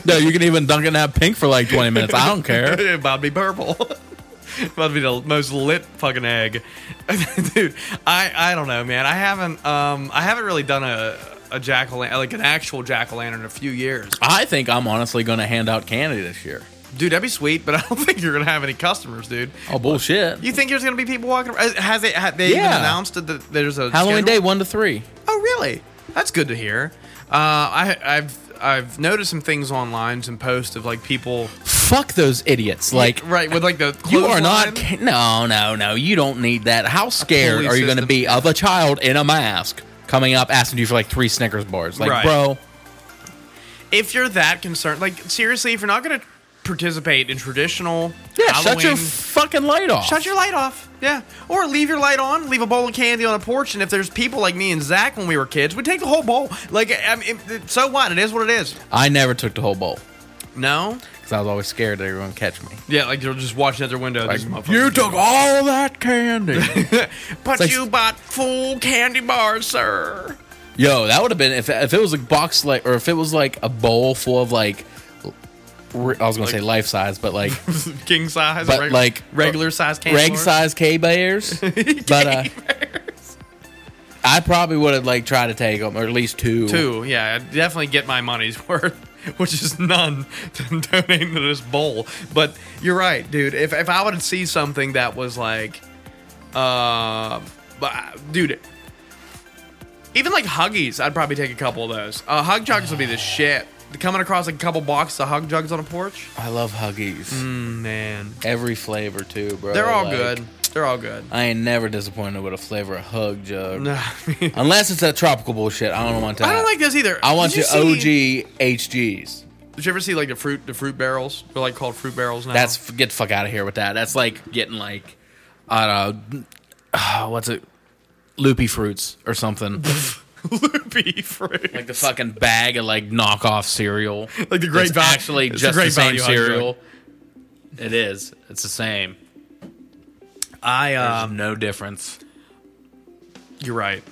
[SPEAKER 2] no, you can even dunk it in that pink for like 20 minutes. I
[SPEAKER 1] <laughs>
[SPEAKER 2] don't care.
[SPEAKER 1] About to be purple. About to be the most lit fucking egg, <laughs> dude. I I don't know, man. I haven't um I haven't really done a a jack o' lantern like an actual jack o' lantern in a few years,
[SPEAKER 2] I think I'm honestly gonna hand out candy this year.
[SPEAKER 1] dude. That'd be sweet, but <laughs> I don't think you're gonna have any customers, dude.
[SPEAKER 2] Oh bullshit!
[SPEAKER 1] You think there's gonna be people walking? around? Has it? Have they even
[SPEAKER 2] Yeah.
[SPEAKER 1] announced that th- there's a
[SPEAKER 2] Halloween
[SPEAKER 1] schedule?
[SPEAKER 2] day one to three.
[SPEAKER 1] Oh, really? That's good to hear. Uh, I, I've I've noticed some things online, some posts of like people
[SPEAKER 2] Fuck those idiots! Like
[SPEAKER 1] right with like <laughs> the
[SPEAKER 2] you are not.
[SPEAKER 1] clothesline.
[SPEAKER 2] Ca- no, no, no. You don't need that. How scared
[SPEAKER 1] Holy
[SPEAKER 2] are you gonna
[SPEAKER 1] system.
[SPEAKER 2] be of a child in a mask coming up asking you for like three Snickers bars? Like,
[SPEAKER 1] Right.
[SPEAKER 2] bro,
[SPEAKER 1] If you're that concerned, like seriously, if you're not going to participate in traditional
[SPEAKER 2] yeah,
[SPEAKER 1] Halloween,
[SPEAKER 2] shut your fucking light off.
[SPEAKER 1] shut your light off, yeah, or leave your light on, leave a bowl of candy on a porch, and if there's people like me and Zach when we were kids, we would take the whole bowl. Like, I mean, it- so what? It is what it is.
[SPEAKER 2] I never took the whole bowl
[SPEAKER 1] No,
[SPEAKER 2] because I was always scared that everyone would catch me.
[SPEAKER 1] yeah, like you're just watching out their window.
[SPEAKER 2] Like,
[SPEAKER 1] this motherfucker-
[SPEAKER 2] you took all that candy.
[SPEAKER 1] <laughs> but
[SPEAKER 2] like-
[SPEAKER 1] you bought full candy bars, sir.
[SPEAKER 2] Yo, that would have been if, if it was a box like or if it was like a bowl full of like r- I was gonna say life size, but like
[SPEAKER 1] king size,
[SPEAKER 2] But,
[SPEAKER 1] reg-
[SPEAKER 2] like, uh,
[SPEAKER 1] regular size candy
[SPEAKER 2] reg
[SPEAKER 1] bars.
[SPEAKER 2] size
[SPEAKER 1] <laughs>
[SPEAKER 2] K bears. but uh, I probably would have like tried to take them or at least two.
[SPEAKER 1] Two, yeah, I definitely get my money's <laughs> worth, which is none <laughs> to donating to this bowl. But you're right, dude. If if I would see something that was like, uh, but dude. Even like Huggies, I'd probably take a couple of those. Uh, hug jugs would be the shit. Coming across like a couple boxes of hug jugs on a porch,
[SPEAKER 2] I love Huggies.
[SPEAKER 1] man,
[SPEAKER 2] Every flavor too, bro.
[SPEAKER 1] Mm. they're all
[SPEAKER 2] Like,
[SPEAKER 1] good. They're all good. <laughs>
[SPEAKER 2] I ain't never disappointed with a flavor of hug jug.
[SPEAKER 1] No,
[SPEAKER 2] Unless it's that tropical bullshit. I don't want that.
[SPEAKER 1] I don't like those either.
[SPEAKER 2] I want
[SPEAKER 1] Did
[SPEAKER 2] your
[SPEAKER 1] you see-
[SPEAKER 2] OG HGs.
[SPEAKER 1] Did you ever see like the fruit the fruit barrels? They're like called fruit barrels now.
[SPEAKER 2] That's get the fuck out of here with that. That's like getting like I don't know ah, what's it, loopy fruits or something.
[SPEAKER 1] <laughs> loopy fruit.
[SPEAKER 2] like the fucking bag of like knockoff cereal.
[SPEAKER 1] <laughs> Like the Great
[SPEAKER 2] It's
[SPEAKER 1] Value-
[SPEAKER 2] actually
[SPEAKER 1] it's the
[SPEAKER 2] just
[SPEAKER 1] Great
[SPEAKER 2] the same
[SPEAKER 1] Value hot dog.
[SPEAKER 2] cereal. It is. It's the same.
[SPEAKER 1] I
[SPEAKER 2] There's
[SPEAKER 1] um
[SPEAKER 2] no difference.
[SPEAKER 1] you're right.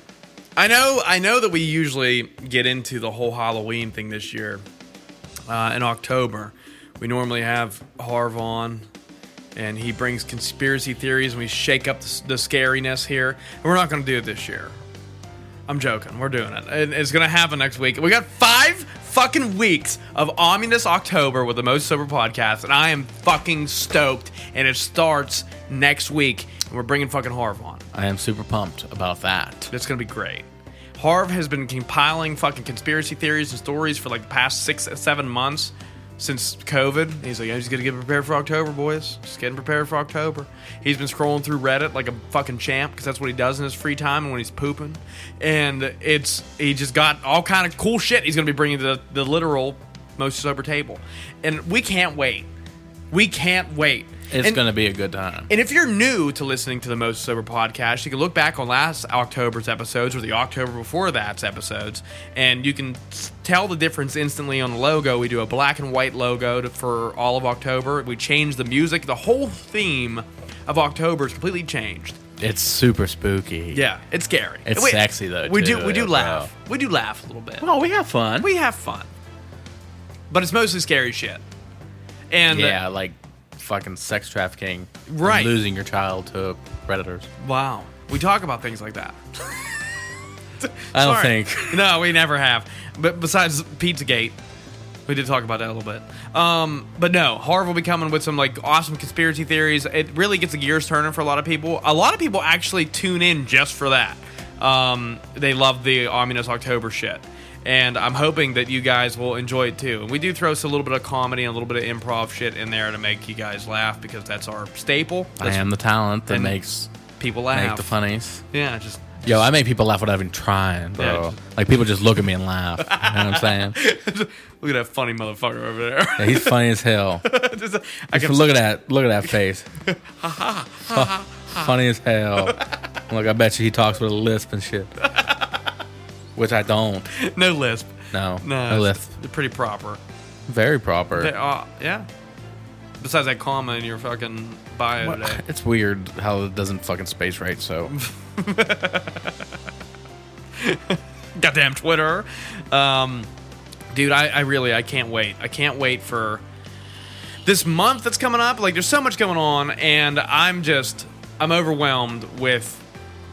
[SPEAKER 1] I know I know that we usually get into the whole Halloween thing this year. Uh, in October. We normally have Harv on and he brings conspiracy theories and we shake up the, s- the scariness here. And we're not going to do it this year. I'm joking. We're doing it. And it's going to happen next week. We got 5 fucking weeks of ominous October with the most sober podcast and I am fucking stoked and it starts next week and we're bringing fucking Harv on.
[SPEAKER 2] I am super pumped about that.
[SPEAKER 1] It's gonna be great. Harv has been compiling fucking conspiracy theories and stories for like the past six, seven months since COVID. He's like, I'm just gonna get prepared for October, boys. Just getting prepared for October. He's been scrolling through Reddit like a fucking champ because that's what he does in his free time and when he's pooping. And it's he just got all kind of cool shit. He's gonna be bringing to the, the literal most sober table, and we can't wait. We can't wait.
[SPEAKER 2] It's
[SPEAKER 1] And-
[SPEAKER 2] gonna be a good time.
[SPEAKER 1] and if you're new to listening to the Most Sober podcast, you can look back on last October's episodes or the October before that's episodes, and you can s- tell the difference instantly on the logo. We do a black and white logo to, for all of October. We change the music. The whole theme of October is completely changed.
[SPEAKER 2] It's super spooky.
[SPEAKER 1] Yeah, it's scary.
[SPEAKER 2] It's
[SPEAKER 1] We-
[SPEAKER 2] sexy, though,
[SPEAKER 1] We do
[SPEAKER 2] too,
[SPEAKER 1] we do
[SPEAKER 2] bro.
[SPEAKER 1] laugh. We do laugh a little bit.
[SPEAKER 2] Oh, we have fun.
[SPEAKER 1] We have fun, but it's mostly scary shit. And
[SPEAKER 2] yeah, like fucking sex trafficking. and
[SPEAKER 1] Right.
[SPEAKER 2] Losing your child to predators.
[SPEAKER 1] wow, we talk about things like that.
[SPEAKER 2] I don't
[SPEAKER 1] Sorry.
[SPEAKER 2] think. <laughs>
[SPEAKER 1] no, we never have. But besides Pizzagate, we did talk about that a little bit. Um, but no, Harv will be coming with some like awesome conspiracy theories. It really gets the gears turning for a lot of people. A lot of people actually tune in just for that. Um, they love the ominous October shit. And I'm hoping that you guys will enjoy it too. And we do throw a little bit of comedy and a little bit of improv shit in there to make you guys laugh because that's our staple.
[SPEAKER 2] I
[SPEAKER 1] That's
[SPEAKER 2] am the talent that
[SPEAKER 1] And
[SPEAKER 2] makes
[SPEAKER 1] people
[SPEAKER 2] make
[SPEAKER 1] laugh.
[SPEAKER 2] the funnies.
[SPEAKER 1] Yeah, just <laughs>
[SPEAKER 2] Yo, I make people laugh without even trying, bro.
[SPEAKER 1] Yeah.
[SPEAKER 2] Like people just look at me and laugh. You know what
[SPEAKER 1] <laughs>
[SPEAKER 2] I'm saying?
[SPEAKER 1] look at that funny motherfucker over there. <laughs>
[SPEAKER 2] Yeah, he's funny as hell.
[SPEAKER 1] Just- I
[SPEAKER 2] Just
[SPEAKER 1] can
[SPEAKER 2] look at that. Look at
[SPEAKER 1] <laughs>
[SPEAKER 2] that face. Fu- funny as hell. Look, I bet you he talks with a lisp and shit. Which I don't.
[SPEAKER 1] no lisp.
[SPEAKER 2] No.
[SPEAKER 1] No,
[SPEAKER 2] A
[SPEAKER 1] it's-
[SPEAKER 2] lisp.
[SPEAKER 1] They're pretty proper.
[SPEAKER 2] Very proper.
[SPEAKER 1] They- uh, yeah. Besides that comma in your fucking bio
[SPEAKER 2] What-
[SPEAKER 1] today.
[SPEAKER 2] <sighs>
[SPEAKER 1] <laughs>
[SPEAKER 2] It's weird how it doesn't fucking space right. So
[SPEAKER 1] goddamn Twitter. Um, dude, I, I really I can't wait. I can't wait for this month that's coming up. Like, there's so much going on, and I'm just I'm overwhelmed with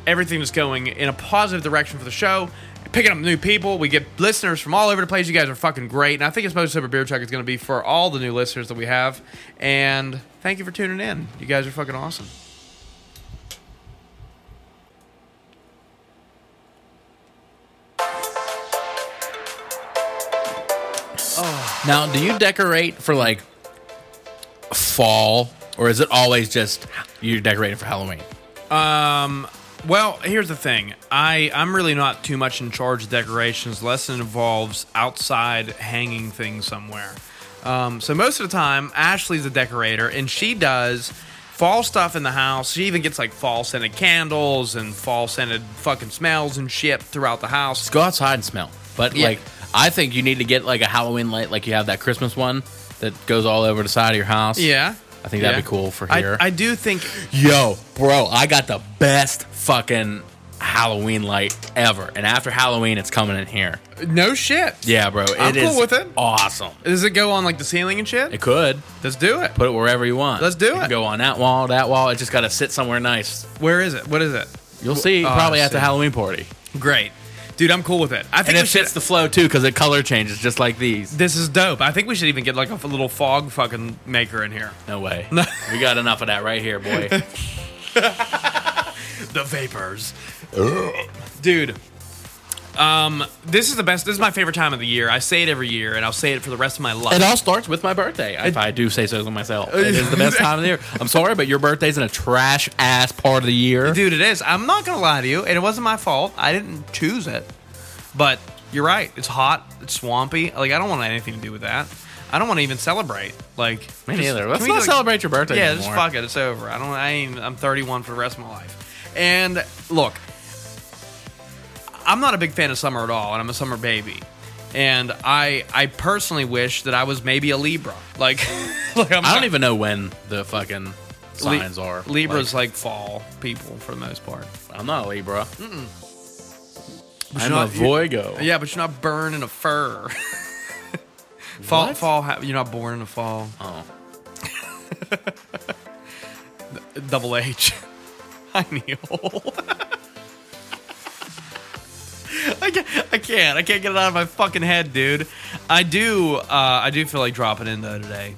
[SPEAKER 1] everything that's going in a positive direction for the show. Picking up new people, we get listeners from all over the place. You guys are fucking great, and I think it's supposed to be beer check is going to be for all the new listeners that we have. And thank you for tuning in. You guys are fucking awesome.
[SPEAKER 2] now, do you decorate for like fall, or is it always just you're decorating for Halloween?
[SPEAKER 1] Well, here's the thing. I I'm really not too much in charge of decorations, unless it involves outside hanging things somewhere. Um, so most of the time, Ashley's the decorator, and she does fall stuff in the house. She even gets like fall scented candles and fall scented fucking smells and shit throughout the house.
[SPEAKER 2] Go outside and smell. But
[SPEAKER 1] Yeah.
[SPEAKER 2] like, I think you need to get like a Halloween light, like you have that Christmas one that goes all over the side of your house.
[SPEAKER 1] Yeah,
[SPEAKER 2] I think that'd
[SPEAKER 1] Yeah.
[SPEAKER 2] be cool for
[SPEAKER 1] I-
[SPEAKER 2] here.
[SPEAKER 1] I do think
[SPEAKER 2] Yo, bro, I got the best fucking Halloween light ever, and after Halloween, it's coming in here.
[SPEAKER 1] no shit.
[SPEAKER 2] Yeah, bro,
[SPEAKER 1] I'm
[SPEAKER 2] it is
[SPEAKER 1] cool with it.
[SPEAKER 2] Awesome.
[SPEAKER 1] Does it go on like the ceiling and shit?
[SPEAKER 2] It could.
[SPEAKER 1] Let's do it.
[SPEAKER 2] Put it wherever you want.
[SPEAKER 1] Let's do
[SPEAKER 2] can
[SPEAKER 1] it.
[SPEAKER 2] Go on that wall, that wall. It just got to sit somewhere nice.
[SPEAKER 1] Where is it? What is it?
[SPEAKER 2] You'll see
[SPEAKER 1] Oh,
[SPEAKER 2] probably
[SPEAKER 1] I
[SPEAKER 2] at the
[SPEAKER 1] see.
[SPEAKER 2] Halloween party.
[SPEAKER 1] Great, dude. I'm cool with it. I think
[SPEAKER 2] And
[SPEAKER 1] we
[SPEAKER 2] it
[SPEAKER 1] should-
[SPEAKER 2] fits the flow too because the color changes just like these.
[SPEAKER 1] This is dope. I think we should even get like a f- little fog fucking maker in here.
[SPEAKER 2] No
[SPEAKER 1] <laughs>
[SPEAKER 2] way. we got enough of that right here, boy.
[SPEAKER 1] The vapors. Dude. Um, this is the best. This is my favorite time of the year. I say it every year, and I'll say it for the rest of my life.
[SPEAKER 2] It all starts with my birthday, if I do say so myself. It is the
[SPEAKER 1] <laughs>
[SPEAKER 2] best time of the year. I'm sorry, but your birthday's in a trash ass part of the year.
[SPEAKER 1] Dude, it is. I'm not gonna lie to you, and it wasn't my fault. I didn't choose it. But you're right. It's hot. It's swampy. Like I don't want anything to do with that. I don't want to even celebrate. Like
[SPEAKER 2] Me
[SPEAKER 1] just-
[SPEAKER 2] neither.
[SPEAKER 1] can
[SPEAKER 2] Let's
[SPEAKER 1] we,
[SPEAKER 2] not
[SPEAKER 1] like-
[SPEAKER 2] celebrate your birthday.
[SPEAKER 1] Yeah,
[SPEAKER 2] anymore.
[SPEAKER 1] just fuck it. It's over. I don't. I ain't, I'm 31 for the rest of my life. And look, I'm not a big fan of summer at all, and I'm a summer baby. And I, I personally wish that I was maybe a Libra. Like, <laughs> like I'm
[SPEAKER 2] I
[SPEAKER 1] not-
[SPEAKER 2] don't even know when the fucking
[SPEAKER 1] Li-
[SPEAKER 2] signs are.
[SPEAKER 1] Libra's like, fall people for the most part.
[SPEAKER 2] Like, I'm not a Libra. I'm
[SPEAKER 1] you're
[SPEAKER 2] a
[SPEAKER 1] not- you-
[SPEAKER 2] Voigo.
[SPEAKER 1] Yeah, but you're not born in a fur. <laughs> fall, fall. Ha- you're not born in a fall.
[SPEAKER 2] Oh.
[SPEAKER 1] <laughs> Double H. <laughs> Hi, Neil. <laughs> I can't, I can't. I can't get it out of my fucking head, dude. I do. Uh, I do feel like dropping in though today.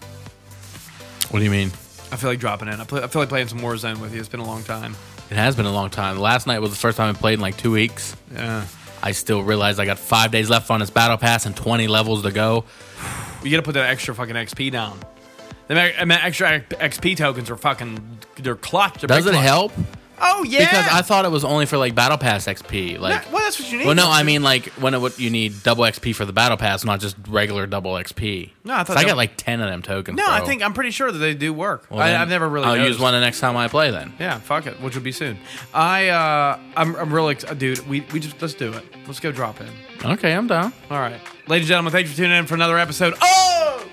[SPEAKER 2] What do you mean?
[SPEAKER 1] I feel like dropping in. I, play, I feel like playing some Warzone with you. It's been a long time.
[SPEAKER 2] It has been a long time. Last night was the first time I played in like two weeks.
[SPEAKER 1] Yeah.
[SPEAKER 2] I still realized I got five days left on this battle pass and 20 levels to go.
[SPEAKER 1] You gotta put that extra fucking XP down. The ma- I mean, extra XP tokens are fucking. They're clutch. They're big
[SPEAKER 2] Does it
[SPEAKER 1] clutch.
[SPEAKER 2] help?
[SPEAKER 1] Oh yeah.
[SPEAKER 2] Because I thought it was only for like battle pass XP. Like,
[SPEAKER 1] That- well, that's what you need.
[SPEAKER 2] well, no, I mean like when it would you need double XP for the battle pass, not just regular double XP.
[SPEAKER 1] No, I thought
[SPEAKER 2] 'Cause
[SPEAKER 1] that-
[SPEAKER 2] got like 10 of them tokens.
[SPEAKER 1] No, I
[SPEAKER 2] bro.
[SPEAKER 1] think I'm pretty sure that they do work.
[SPEAKER 2] Well,
[SPEAKER 1] I,
[SPEAKER 2] then
[SPEAKER 1] I've never really.
[SPEAKER 2] I'll
[SPEAKER 1] noticed.
[SPEAKER 2] use one the next time I play then.
[SPEAKER 1] Yeah, fuck it, which will be soon. I, uh, I'm, I'm really, ex- dude. We, we just let's do it. Let's go drop in.
[SPEAKER 2] Okay, I'm down.
[SPEAKER 1] All right, ladies and gentlemen, thanks for tuning in for another episode. Oh,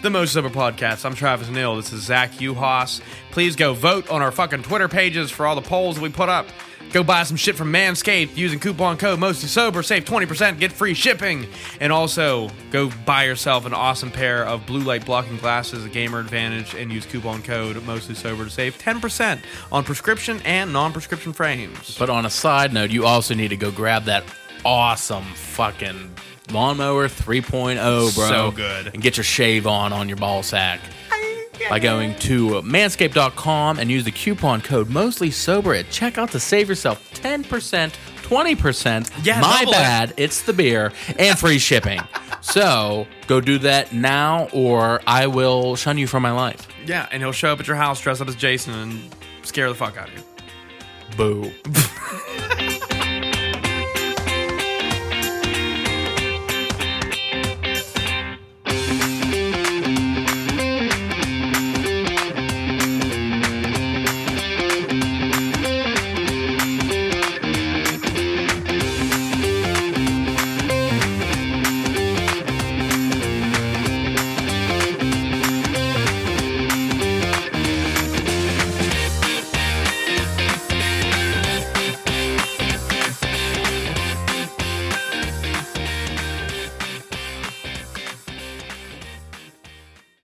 [SPEAKER 1] the Most Sober Podcast. I'm Travis Neal. This is Zach Uhas. Please go vote on our fucking Twitter pages for all the polls that we put up. Go buy some shit from Manscaped using coupon code Mostly Sober. Save twenty percent, get free shipping, and also go buy yourself an awesome pair of blue light blocking glasses, a gamer advantage, and use coupon code Mostly Sober to save ten percent on prescription and non-prescription frames.
[SPEAKER 2] But on a side note, you also need to go grab that awesome fucking lawnmower 3.0, bro.
[SPEAKER 1] So good.
[SPEAKER 2] And get your shave on on your ball sack by going to manscaped.com and use the coupon code mostly sober at checkout to save yourself 10%, 20%.
[SPEAKER 1] Yeah,
[SPEAKER 2] my
[SPEAKER 1] double it.
[SPEAKER 2] bad, it's the beer and free shipping. So go do that now, or I will shun you from my life.
[SPEAKER 1] Yeah, and he'll show up at your house dressed up as Jason and scare the fuck out of you.
[SPEAKER 2] Boo.